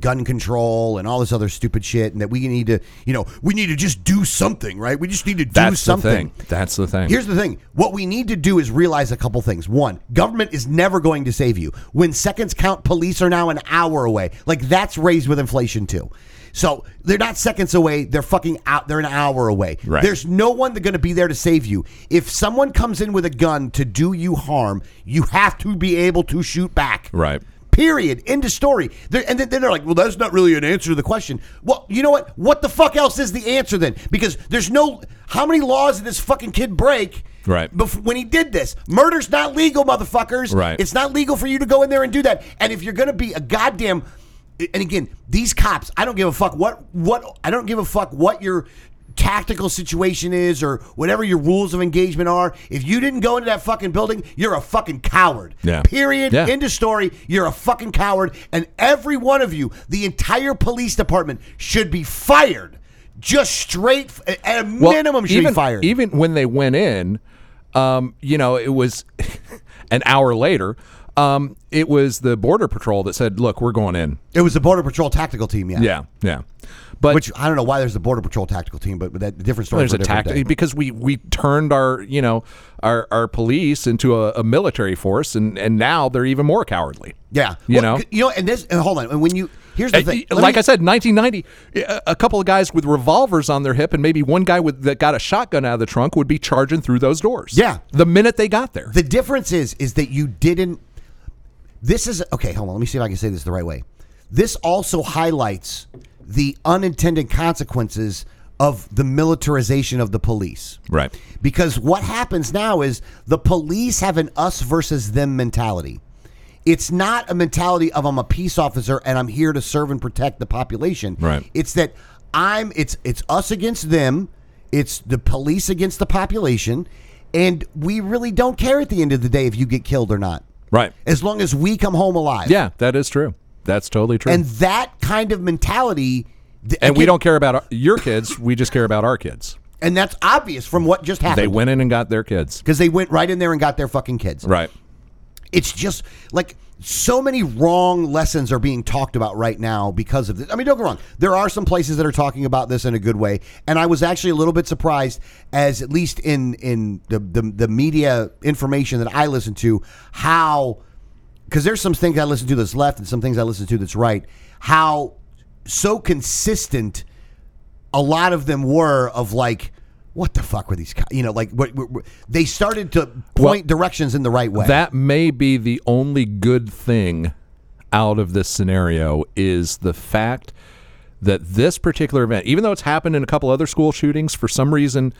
gun control and all this other stupid shit and that we need to, you know, we need to just do something, right? We just need to do That's something. the thing. That's the thing. Here's the thing. What we need to do is realize a couple things. One, government is never going to save you. When seconds count, police are now an hour away. Like that's raised with inflation too. So they're not seconds away. They're fucking out. They're an hour away. Right. There's no one that's going to be there to save you. If someone comes in with a gun to do you harm, you have to be able to shoot back. Right. Period. End of story. They're, and then then they're like, well, that's not really an answer to the question. Well, you know what? What the fuck else is the answer then? Because there's no. How many laws did this fucking kid break? Right. Bef- when he did this, murder's not legal, motherfuckers. Right. It's not legal for you to go in there and do that. And if you're gonna be a goddamn, and again, these cops, I don't give a fuck what what I don't give a fuck what your tactical situation is or whatever your rules of engagement are. If you didn't go into that fucking building, you're a fucking coward. Yeah. Period. Yeah. End of story. You're a fucking coward. And every one of you, the entire police department, should be fired. Just straight, at a Well, minimum, should even, be fired. Even when they went in, um, you know, it was an hour later. Um, it was the border patrol that said, "Look, we're going in." it was the Border Patrol tactical team, yeah. Yeah, yeah. But Which I don't know why there's a border patrol tactical team, but, but that different story. there's for a a different tact day. because we we turned our you know our our police into a, a military force, and and now they're even more cowardly. Yeah, You know? c- you know, and this. And hold on, and when you here's the Uh, thing. y- Let like me- I said, 1990, a- a couple of guys with revolvers on their hip, and maybe one guy with that got a shotgun out of the trunk would be charging through those doors. Yeah. the minute they got there. the difference is is that you didn't. This is okay. Hold on, let me see if I can say this the right way. This also highlights the unintended consequences of the militarization of the police. Right. Because what happens now is the police have an us versus them mentality. It's not a mentality of I'm a peace officer and I'm here to serve and protect the population. Right. It's that I'm it's it's us against them, it's the police against the population, and we really don't care at the end of the day if you get killed or not. Right. As long as we come home alive. Yeah, that is true. That's totally true. And And, that kind of mentality th- we again- don't care about our, your kids. We just care about our kids. and that's obvious from what just They happened. went in and got their kids. because they went right in there and got their fucking kids. Right. it's just like so many wrong lessons are being talked about right now because of this. I mean, don't get me wrong. There are some places that are talking about this in a good way, and I was actually a little bit surprised, as at least in in the the, the media information that I listen to, how because there's some things I listen to that's left and some things I listen to that's right. How so consistent a lot of them were of like. What the fuck were these? co- You know, like what, what, what- they started to point directions in the right way. That may be the only good thing out of this scenario is the fact that this particular event, even though it's happened in a couple other school shootings, for some reason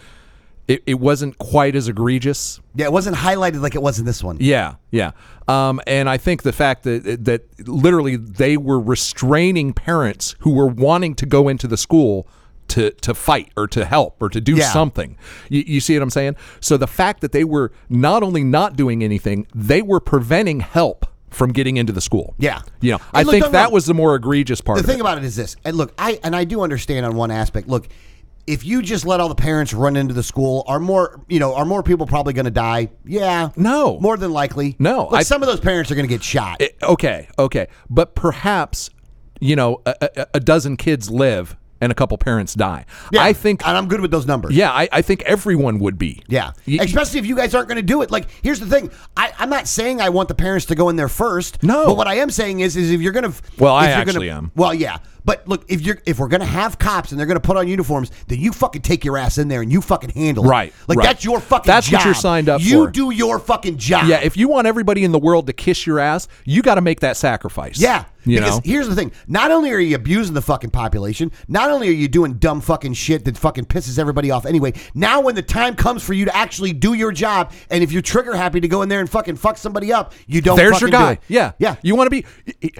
it, it wasn't quite as egregious. Yeah, it wasn't highlighted like it was in this one. Yeah, yeah. Um, and I think the fact that that literally they were restraining parents who were wanting to go into the school to to fight or to help or to do Yeah. something. You, you see what I'm saying? So the fact that they were not only not doing anything, they were preventing help from getting into the school. Yeah. You know, And I look, think don't that look- was the more egregious part. The of thing it. about it is this, and look, I and I do understand on one aspect. Look, if you just let all the parents run into the school, are more you know are more people probably going to die? Yeah, No. more than likely. No, but I- some of those parents are going to get shot. I- okay, okay, but perhaps you know a, a, a dozen kids live and a couple parents die. Yeah, I think and I'm good with those numbers. Yeah, I, I think everyone would be. Yeah. Y- Especially if you guys aren't going to do it. Like, here's the thing. I, I'm not saying I want the parents to go in there first. No. But what I am saying is, is if you're going to. Well, I actually gonna, am. Well, yeah. But look, if you're if we're going to have cops and they're going to put on uniforms, then you fucking take your ass in there and you fucking handle it. Right, Like, right. that's your fucking That's what job. you're signed up you for. do your fucking job. Yeah, if you want everybody in the world to kiss your ass, you got to make that sacrifice. Yeah. You because know? here's the thing: not only are you abusing the fucking population, not only are you doing dumb fucking shit that fucking pisses everybody off anyway. Now, when the time comes for you to actually do your job, and if you're trigger happy to go in there and fucking fuck somebody up, you don't. There's your fucking guy. do it. Yeah. yeah. You want to be.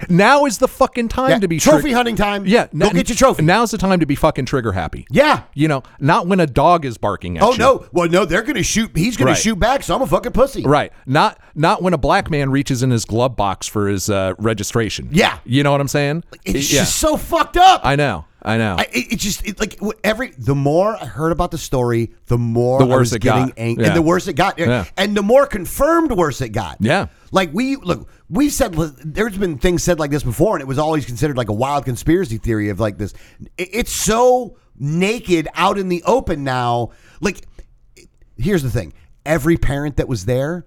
Now is the fucking time Yeah. to be trophy tri- hunting time. Yeah. go n- get your trophy. Now's the time to be fucking trigger happy. Yeah. You know, not when a dog is barking at Oh you. no! Well, no, they're gonna shoot. He's gonna Right. shoot back, so I'm a fucking pussy. Right. Not not when a black man reaches in his glove box for his uh, registration. Yeah. You know what I'm saying? It's yeah. just so fucked up. I know. I know. I, it, it just it, like wh- every the more I heard about the story, the more The I worse was it got. getting angry, Yeah. and the worse it got, Yeah. and the more confirmed worse it got. Yeah. like we look, we've said there's been things said like this before, and it was always considered like a wild conspiracy theory of like this. It- it's so naked out in the open now. Like, here's the thing: every parent that was there,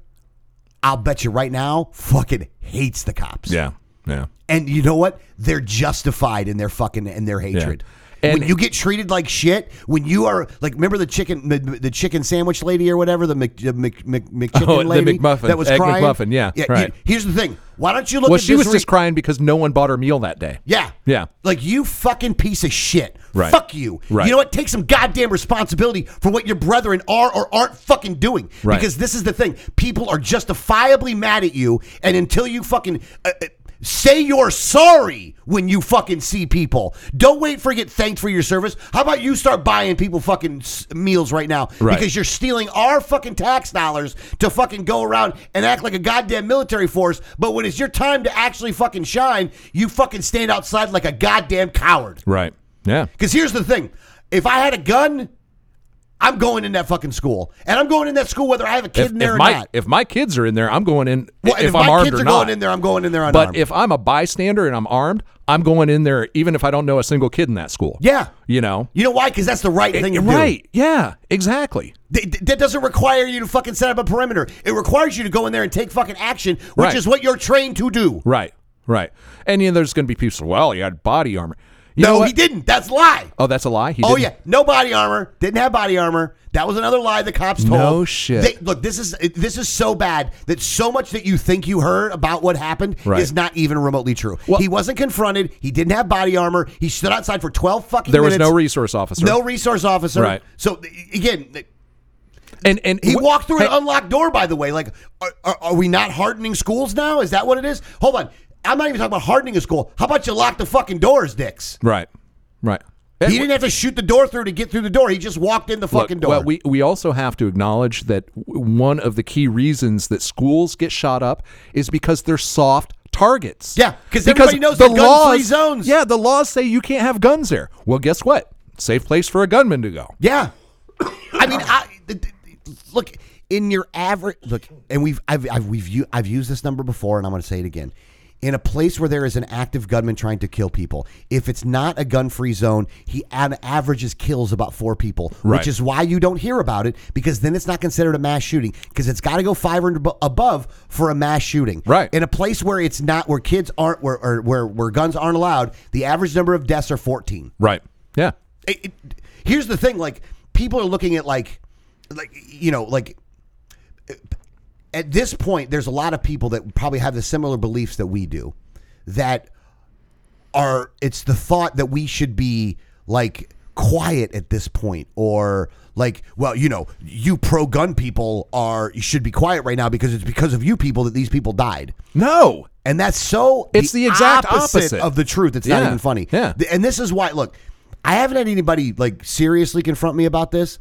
I'll bet you right now, fucking hates the cops. yeah. Yeah. And you know what? They're justified in their fucking in their hatred. And- when you get treated like shit, when you are like, remember the chicken, the, the chicken sandwich lady or whatever, the Mc, the Mc, Mc, McChicken Oh, the lady McMuffin, that was Egg crying. McMuffin, yeah, you- right. here's the thing. Why don't you look? Well, at she this was re- just crying because no one bought her meal that day. yeah. Yeah. Like you fucking piece of shit. Right. Fuck you. Right. You know what? Take some goddamn responsibility for what your brethren are or aren't fucking doing. Right. Because this is the thing. People are justifiably mad at you and until you fucking uh, uh, say you're sorry when you fucking see people. Don't wait for get thanked for your service. How about you start buying people fucking s- meals right now Right. because you're stealing our fucking tax dollars to fucking go around and act like a goddamn military force. But when it's your time to actually fucking shine, you fucking stand outside like a goddamn coward. Right. Yeah. Because here's the thing if I had a gun, I'm going in that fucking school. And I'm going in that school whether I have a kid If, in there if or my not. if my kids are in there, I'm going in. Well, and if, if I'm my armed kids or are not, going in there, I'm going in there unarmed. But if I'm a bystander and I'm armed, I'm going in there even if I don't know a single kid in that school. Yeah. You know. Eh, you know why? Because that's the right thing to do. right. Yeah. Exactly. Th- th- That doesn't require you to fucking set up a perimeter. It requires you to go in there and take fucking action, which Right. is what you're trained to do. Right. Right. And you know, there's going to be people. Well, you had body armor. You know no, what? he didn't. That's a lie. Oh, that's a lie. He Oh didn't? yeah, no body armor. Didn't have body armor. That was another lie the cops told. No shit. They, look, this is this is so bad that so much that you think you heard about what happened Right. is not even remotely true. Well- he wasn't confronted. He didn't have body armor. He stood outside for twelve fucking. There was minutes. no resource officer. No resource officer. Right. So again, And and he wh- walked through hey, an unlocked door, by the way. Like, are, are, are we not hardening schools now? Is that what it is? Hold on. I'm not even talking about hardening a school. How about you lock the fucking doors, dicks? Right. Right. He didn't have to shoot the door through to get through the door. He just walked in the Look, fucking door. Well, we, we also have to acknowledge that w- one of the key reasons that schools get shot up is because they're soft targets. Yeah, 'cause everybody knows they're gun-free zones. Yeah, the laws say you can't have guns there. Well, guess what? Safe place for a gunman to go. yeah. I mean, I, th- th- look in your average look, and we've I've, I've we've u- I've used this number before, and I'm going to say it again. In a place where there is an active gunman trying to kill people, if it's not a gun-free zone, he on averages kills about four people, Right. which is why you don't hear about it because then it's not considered a mass shooting because it's got to go five and abo- above for a mass shooting. Right. In a place where it's not where kids aren't where or, where where guns aren't allowed, the average number of deaths are 14. Right. Yeah. it, it, here's the thing like people are looking at like like you know like at this point there's a lot of people that probably have the similar beliefs that we do that are it's the thought that we should be like quiet at this point or like well you know you pro gun people are you should be quiet right now because it's because of you people that these people died No. and that's so. It's the exact opposite. of the truth. It's not Yeah. even funny. Yeah. Th- And this is why. Look, I haven't had anybody like seriously confront me about this,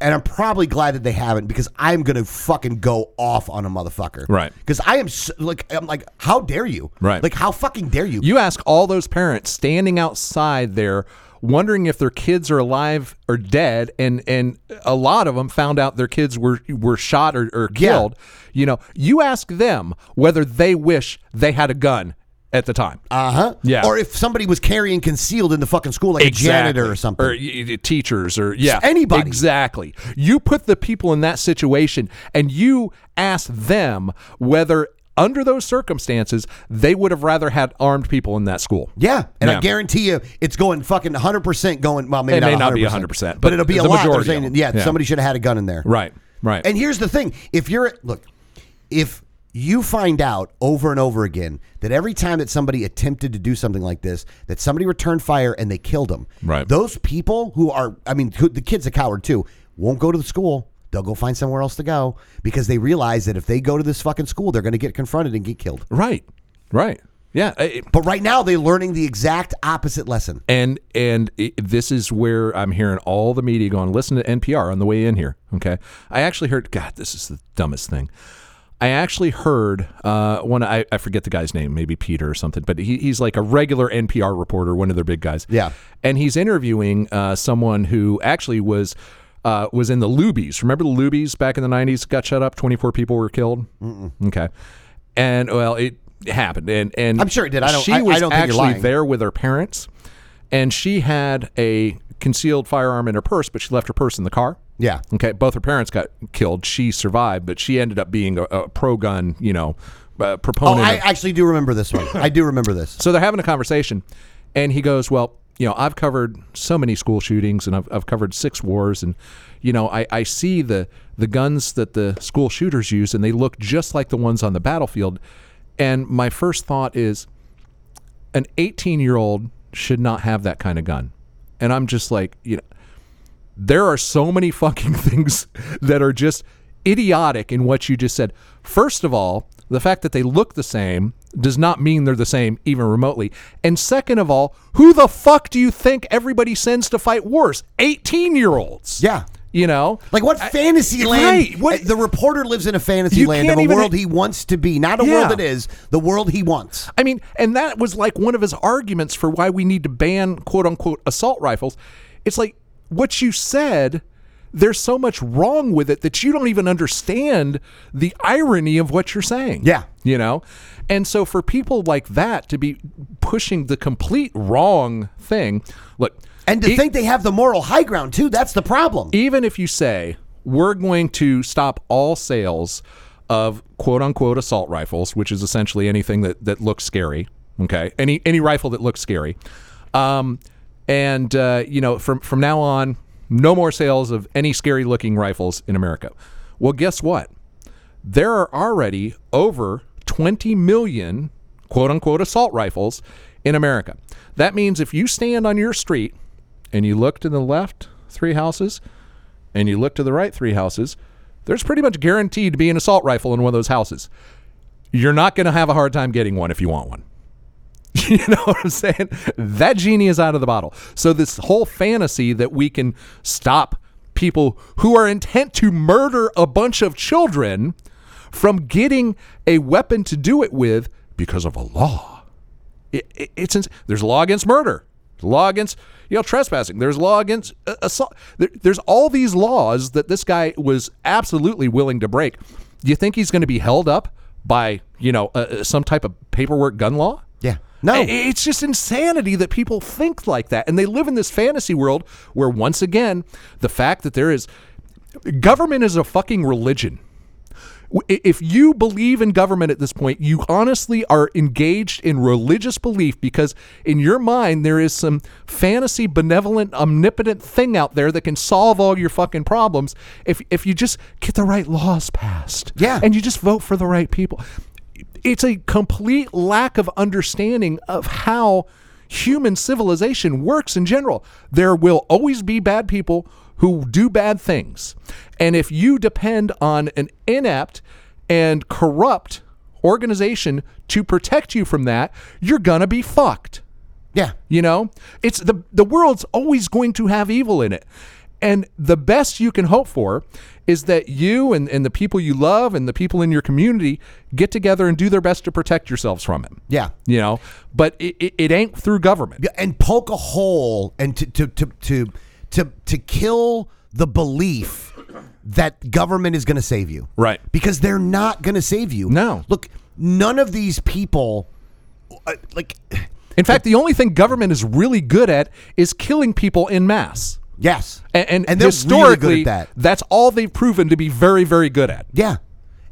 and I'm probably glad that they haven't because I'm gonna fucking go off on a motherfucker. Right. Because I am so, like, I'm like, how dare you? Right. Like, how fucking dare you? You ask all those parents standing outside there wondering if their kids are alive or dead and and a lot of them found out their kids were were shot or, or Yeah. killed you know you ask them whether they wish they had a gun at the time Uh huh. Yeah. Or if somebody was carrying concealed in the fucking school, like a janitor or something. or y- y- teachers or yeah anybody. exactly you put the people in that situation and you ask them whether under those circumstances they would have rather had armed people in that school Yeah, and I Yeah. guarantee you, it's going fucking 100 percent going. Well, maybe It not 100%, may not be 100%, but but it'll be the a lot. They're majority of saying, them. yeah, Yeah. somebody should have had a gun in there. right right And here's the thing: if you're look, if you find out over and over again that every time that somebody attempted to do something like this, that somebody returned fire and they killed them. Right. Those people who are, I mean, who, the kid's a coward too, won't go to the school. They'll go find somewhere else to go because they realize that if they go to this fucking school, they're going to get confronted and get killed. Right. Right. Yeah. I- But right now, they're learning the exact opposite lesson. And and it, this is where I'm hearing all the media going. Listen to NPR on the way in here. Okay, I actually heard. God, this is the dumbest thing. I actually heard uh, one. I, I forget the guy's name, maybe Peter or something, but he, he's like a regular NPR reporter, one of their big guys. Yeah. and he's interviewing uh, someone who actually was. Uh, was in the Lubies. Remember the Lubies back in the 90s? Got shut up. 24 people were killed. Okay. And, well, it happened. And, and I'm sure it did. I don't- She I- I was don't think you're actually lying. there there with her parents, and she had a concealed firearm in her purse, but she left her purse in the car. Yeah. Okay. Both her parents got killed. She survived, but she ended up being a, a pro gun, you know, uh, Oh, proponent. I of- actually do remember this one. I do remember this. so they're having a conversation, and he goes, "Well, you know, I've covered so many school shootings, and I've, I've covered six wars, and you know, I, I see the the guns that the school shooters use, and they look just like the ones on the battlefield. And my first thought is, an 18 year old should not have that kind of gun. And I'm just like, you know, there are so many fucking things that are just idiotic in what you just said. First of all, the fact that they look the same does not mean they're the same even remotely. And second of all, who the fuck do you think everybody sends to fight wars? 18 year olds. Yeah. You know? Like what fantasy land? right, what- the reporter lives in a fantasy You land of can't a even- e- world he wants to be, not a Yeah. world that is the world he wants. I mean, and that was like one of his arguments for why we need to ban quote unquote assault rifles. It's like what you said, there's so much wrong with it that you don't even understand the irony of what you're saying. Yeah. You know? And so for people like that to be pushing the complete wrong thing, look, And to e- think they have the moral high ground too, that's the problem. even if you say we're going to stop all sales of quote unquote assault rifles, which is essentially anything that, that looks scary, okay, any any rifle that looks scary, um, and uh, you know from from now on, no more sales of any scary looking rifles in America. Well, guess what? There are already over 20 million quote unquote assault rifles in America. That means if you stand on your street and you look to the left three houses and you look to the right three houses, there's pretty much guaranteed to be an assault rifle in one of those houses. You're not going to have a hard time getting one if you want one. You know what I'm saying? That genie is out of the bottle. So this whole fantasy that we can stop people who are intent to murder a bunch of children from getting a weapon to do it with because of a law. It, it, it's ins- there's a law against murder. There's a law against you know trespassing. There's a law against uh, assault. There, there's all these laws that this guy was absolutely willing to break. Do you think he's going to be held up by you know uh, uh, some type of paperwork gun law? Yeah. No. I- It's just insanity that people think like that. And they live in this fantasy world where, once again, the fact that there is government is a fucking religion. W- i- If you believe in government at this point, you honestly are engaged in religious belief because in your mind there is some fantasy, benevolent, omnipotent thing out there that can solve all your fucking problems if if you just get the right laws passed. Yeah. And you just vote for the right people. It's a complete lack of understanding of how human civilization works in general. There will always be bad people who do bad things. And if you depend on an inept and corrupt organization to protect you from that, you're going to be fucked. yeah. You know, it's the the world's always going to have evil in it. And the best you can hope for is that you and, and the people you love and the people in your community get together and do their best to protect yourselves from it. Yeah. You know, but it, it, it ain't through government. Yeah, And poke a hole and to to to to to, to kill the belief that government is going to save you. Right. Because they're not going to save you. No. Look, none of these people uh, like In fact, the only thing government is really good at is killing people in mass. yes. And, and, they're really historically, good at that. that's all they've proven to be very, very good at. Yeah.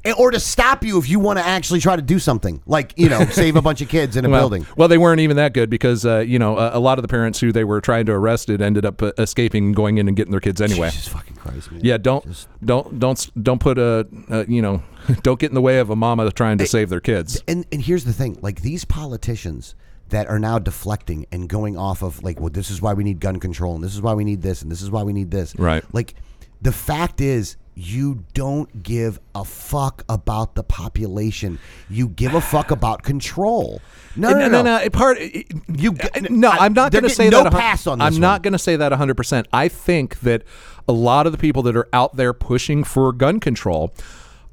And- Or to stop you if you want to actually try to do something, like you know, save a bunch of kids in a Well, building. well, they weren't even that good because uh, you know a, a lot of the parents who they were trying to arrest it ended up uh, escaping, and going in and getting their kids anyway. Jesus fucking Christ, man. Yeah, don't don't don't s- don't put a, a you know don't get in the way of a mama trying to save their kids. And and here's the thing, like these politicians that are now deflecting and going off of like, well, this is why we need gun control, and this is why we need this, and this is why we need this. Right. Like, the fact is, you don't give a fuck about the population. You give a fuck about control. No, no, no. no, it part it- You I- get- no, I- I'm not they're going to say getting that. no a hun- pass on this I'm one. not going to say that 100. percent I think that a lot of the people that are out there pushing for gun control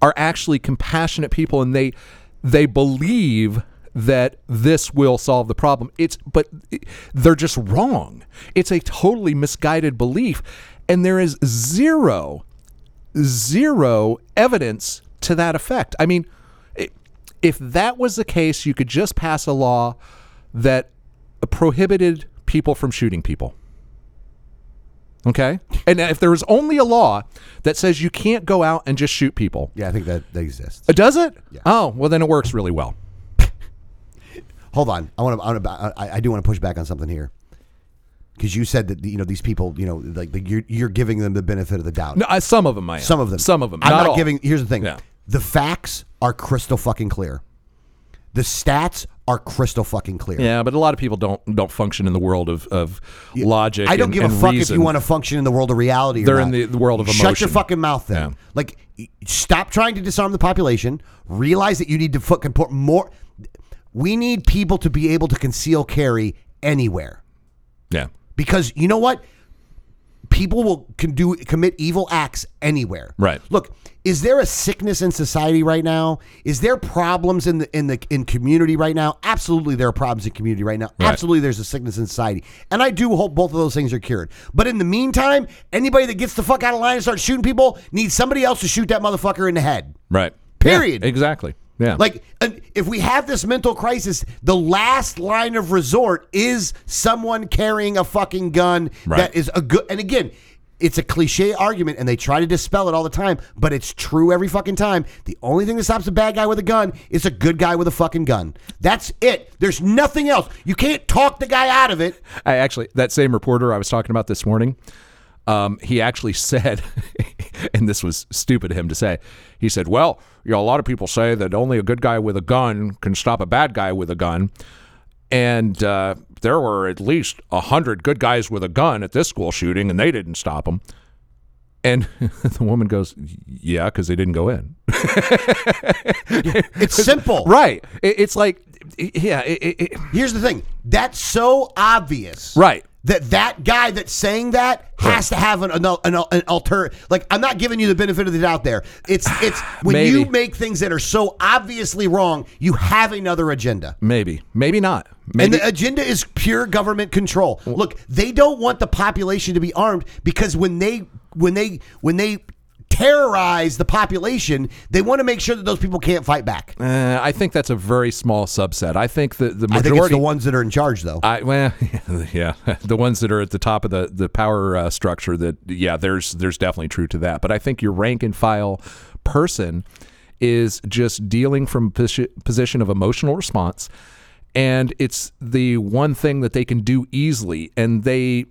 are actually compassionate people, and they they believe that this will solve the problem. It's but it- they're just wrong. It's a totally misguided belief, and there is zero zero evidence to that effect. I mean, i- if that was the case, you could just pass a law that prohibited people from shooting people. Okay? And if there was only a law that says you can't go out and just shoot people, Yeah, I think that, that exists. Uh, does it? Oh, well, then it works really well. Hold on, I want to. I, wanna- I, I do want to push back on something here, because you said that you know these people, you know, like the, you're you're giving them the benefit of the doubt. No, uh, some of them I am. Some of them. Some of them. I'm not, all. giving. Here's the thing. Yeah. The facts are crystal fucking clear. The stats are crystal fucking clear. Yeah, but a lot of people don't don't function in the world of, of logic. I don't and- give and a fuck if reason. you want to function in the world of reality. or They're in not. the- the world of Shut your emotion. fucking mouth. Then, Yeah. like, y- stop trying to disarm the population. Realize that you need to fucking put more. We need people to be able to conceal carry anywhere. Yeah. because you know what people will can do commit evil acts anywhere Right. look is there a sickness in society right now is there problems in the in the in community right now absolutely there are problems in community right now Right. absolutely there's a sickness in society and i do hope both of those things are cured but in the meantime anybody that gets the fuck out of line and starts shooting people needs somebody else to shoot that motherfucker in the head Right. Period. Yeah, exactly. Yeah. like and if we have this mental crisis the last line of resort is someone carrying a fucking gun Right. that is a good and again it's a cliche argument and they try to dispel it all the time but it's true every fucking time the only thing that stops a bad guy with a gun is a good guy with a fucking gun that's it there's nothing else you can't talk the guy out of it I actually that same reporter I was talking about this morning, um, he actually said, and this was stupid of him to say. He said, "Well, you know, a lot of people say that only a good guy with a gun can stop a bad guy with a gun." And uh, there were at least a hundred good guys with a gun at this school shooting, and they didn't stop him. And the woman goes, "Yeah, because they didn't go in." it's simple Right? It, it's like, yeah, it, it, it, here's the thing that's so obvious right. that that guy that's saying that has to have an an, an, an alter. Like I'm not giving you the benefit of the doubt there. It's it's when Maybe. you make things that are so obviously wrong, you have another agenda. Maybe, maybe not. Maybe And the agenda is pure government control. Look, they don't want the population to be armed because when they when they when they terrorize the population, they want to make sure that those people can't fight back. Uh, I think that's a very small subset. I think the the I think it's majority. the ones that are in charge, though. I well, yeah, the ones that are at the top of the the power uh, structure. That yeah, there's there's definitely true to that. But I think your rank and file person is just dealing from posi- position of emotional response, and it's the one thing that they can do easily, and they.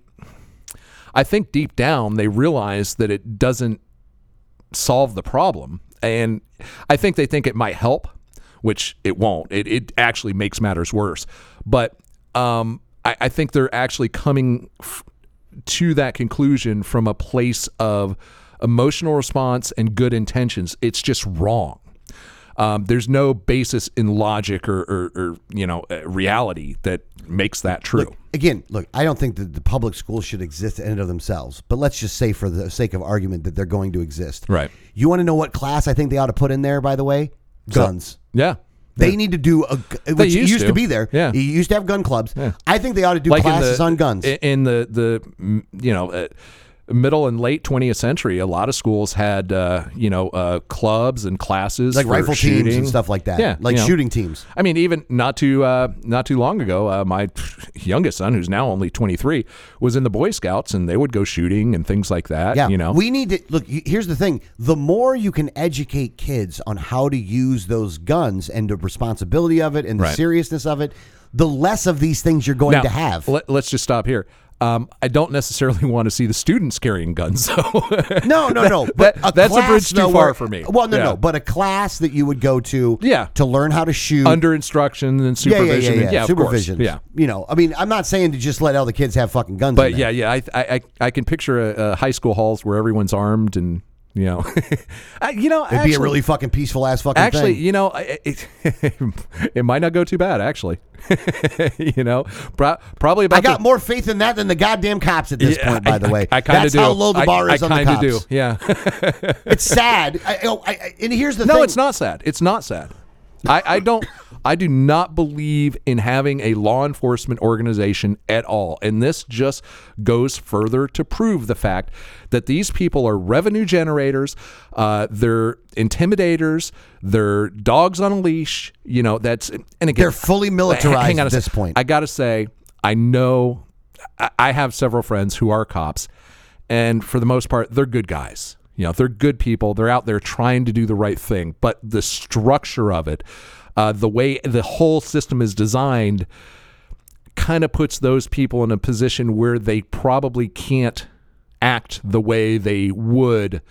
I think deep down they realize that it doesn't solve the problem. And I think they think it might help, which it won't. It, it actually makes matters worse. But um, I, I think they're actually coming f- to that conclusion from a place of emotional response and good intentions. It's just wrong. Um, there's no basis in logic or, or, or you know uh, reality that makes that true. again, look, I don't think that the public schools should exist in and of themselves, but let's just say for the sake of argument that they're going to exist. Right. You want to know what class I think they ought to put in there, by the way? Guns. yeah. they need to do a g- which used used, to. to. be there. Yeah. You used to have gun clubs. I think they ought to do in classes the- on guns. i- In the the mm, you know uh, middle and late 20th century, a lot of schools had uh, you know uh, clubs and classes like for rifle shooting. teams and stuff like that. Yeah, like you know. shooting teams. I mean, even not too uh, not too long ago, uh, my youngest son, who's now only 23, was in the Boy Scouts, and they would go shooting and things like that. Yeah, Uh, you know, we need to look. y- Here's the thing: the more you can educate kids on how to use those guns and the responsibility of it and the Right. seriousness of it, the less of these things you're going Now, to have. Let, us just stop here. Um, I don't necessarily want to see the students carrying guns, though. no, no, no. But that- that's a bridge too though, far where- for me. Well, no, Yeah. no. But a class that you would go to, Yeah. to learn how to shoot Under instruction and Yeah, supervision. yeah, yeah, yeah. and- of course. supervision. Yeah. you know, I mean, I'm not saying to just let all the kids have fucking guns. But in there. yeah, yeah, I, I, I- I can picture a, a high school halls where everyone's armed and you know, I, you know, it'd actually, be a really fucking peaceful ass fucking actually, thing. you know, I- it, it might not go too bad actually. you know, Pro- probably about I got the- more faith in that than the goddamn cops at this Yeah, point. By I- the way, I, kind of that's do. how low the I- bar is I, on the kinda cops. do. Yeah. It's sad. I, oh, I- I- and here's the No, thing. it's not sad. It's not sad. I, I don't. I do not believe in having a law enforcement organization at all. And this just goes further to prove the fact that these people are revenue generators. Uh, they're intimidators. They're dogs on a leash. You know, that's. And again, They're fully militarized hang on a at this sec. point. I got to say, I know I- I have several friends who are cops, and for the most part, they're good guys. You know, they're good people. They're out there trying to do the right thing, but the structure of it, uh, the way the whole system is designed, kind of puts those people in a position where they probably can't act the way they would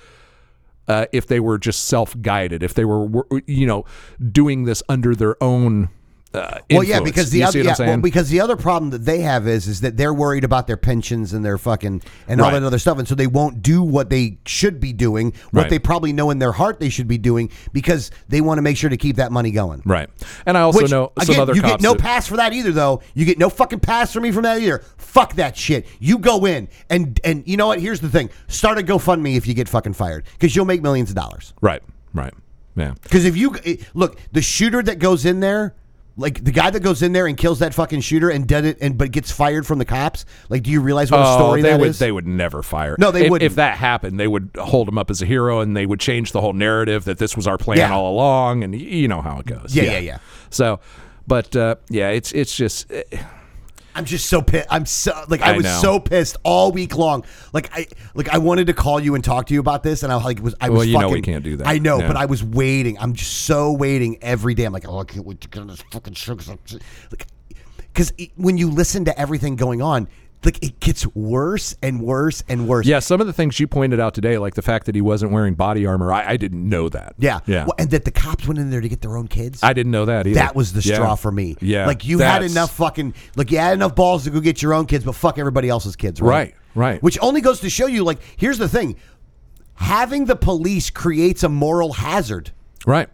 uh, if they were just self-guided, if they were, were- you know, doing this under their own. Uh, Well, yeah, influence. because the You other see what yeah, I'm saying? well, because the other problem that they have is is that they're worried about their pensions and their fucking and all Right. that other stuff, and so they won't do what they should be doing, what Right. they probably know in their heart they should be doing, because they want to make sure to keep that money going. Right. And I also Which, know some again, other you cops. get no that- pass for that either, though. You get no fucking pass for me from that either. Fuck that shit. You go in and and you know what? Here's the thing: start a GoFundMe if you get fucking fired, because you'll make millions of dollars. right. Right. Yeah. Because if you eh, look, the shooter that goes in there, like the guy that goes in there and kills that fucking shooter and did it, and but gets fired from the cops. Like, do you realize what a Oh, story they that would is? they would never fire. No, they if, wouldn't. If that happened, they would hold him up as a hero, and they would change the whole narrative that this was our plan Yeah. all along, and y- you know how it goes. Yeah, yeah, yeah. So, but uh, yeah, it's it's just eh, I'm just so pissed. I'm so like I, I was know. so pissed all week long. Like I like I wanted to call you and talk to you about this, and I like was I was. Well, you know fucking, we can't do that. I know, Yeah. but I was waiting. I'm just so waiting every day. I'm like, oh, I can't wait to get on this fucking show. Cause I'm just- like, because when you listen to everything going on, like it gets worse and worse and worse. yeah. Some of the things you pointed out today, like the fact that he wasn't wearing body armor, I, I didn't know that. Yeah. Yeah. Well, and that the cops went in there to get their own kids. I didn't know that either. that was the Yeah. straw for me. Yeah. Like you had That's- enough fucking like you had enough balls to go get your own kids, but fuck everybody else's kids, right? Right, right. Which only goes to show you like here's the thing. Having the police creates a moral hazard Right.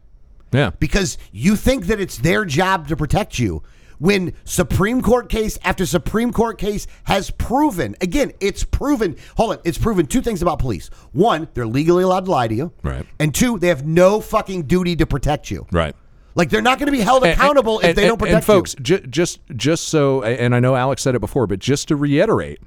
Yeah. because you think that it's their job to protect you when Supreme Court case after Supreme Court case has proven again, it's proven. Hold on, it's proven two things about police. One, they're legally allowed to lie to you. Right. And two, they have no fucking duty to protect you. Right. Like they're not going to be held Eh, And- accountable and- if they and- don't protect and folks, you. ju- just just so, and I know Alex said it before, but just to reiterate,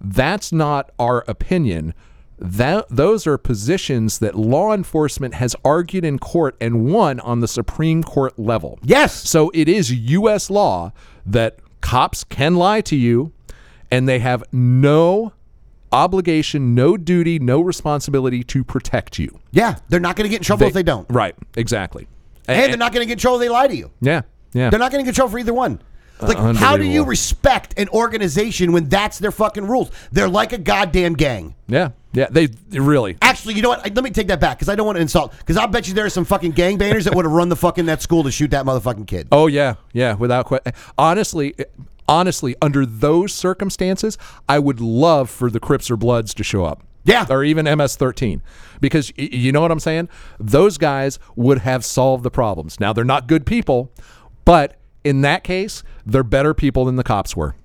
that's not our opinion. That those are positions that law enforcement has argued in court and won on the Supreme Court level. Yes. So it is U.S. law that cops can lie to you, and they have no obligation, no duty, no responsibility to protect you. Yeah, they're not going to get in trouble if they don't, Right. Exactly. and, they're not going to get in trouble if they lie to you. Yeah. Yeah. They're not going to get in trouble for either one. Like, how do you unbelievable. respect an organization when that's their fucking rules? They're like a goddamn gang. Yeah, yeah, they they really. Actually, you know what? I- Let me take that back because I don't want to insult. Because I'll bet you there are some fucking gangbangers that would have run the fucking that school to shoot that motherfucking kid. Oh yeah, yeah, without question. Honestly, honestly, under those circumstances, I would love for the Crips or Bloods to show up. Yeah. or even MS-13, because y- you know what I'm saying. Those guys would have solved the problems. Now they're not good people, but in that case, they're better people than the cops were.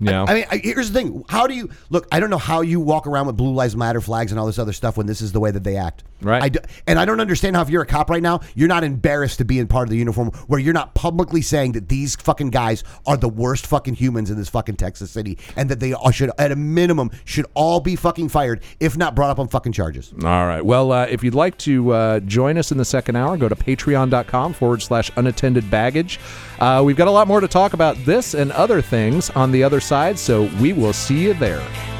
Yeah. I mean, I, here's the thing. How do you look? I don't know how you walk around with blue lives matter flags and all this other stuff when this is the way that they act. Right. I do, and I don't understand how if you're a cop right now, you're not embarrassed to be in part of the uniform where you're not publicly saying that these fucking guys are the worst fucking humans in this fucking Texas city and that they all should, at a minimum, should all be fucking fired if not brought up on fucking charges. All right. Well, uh, if you'd like to uh, join us in the second hour, go to patreon.com forward slash unattended baggage. Uh, we've got a lot more to talk about this and other things on the other side, so we will see you there.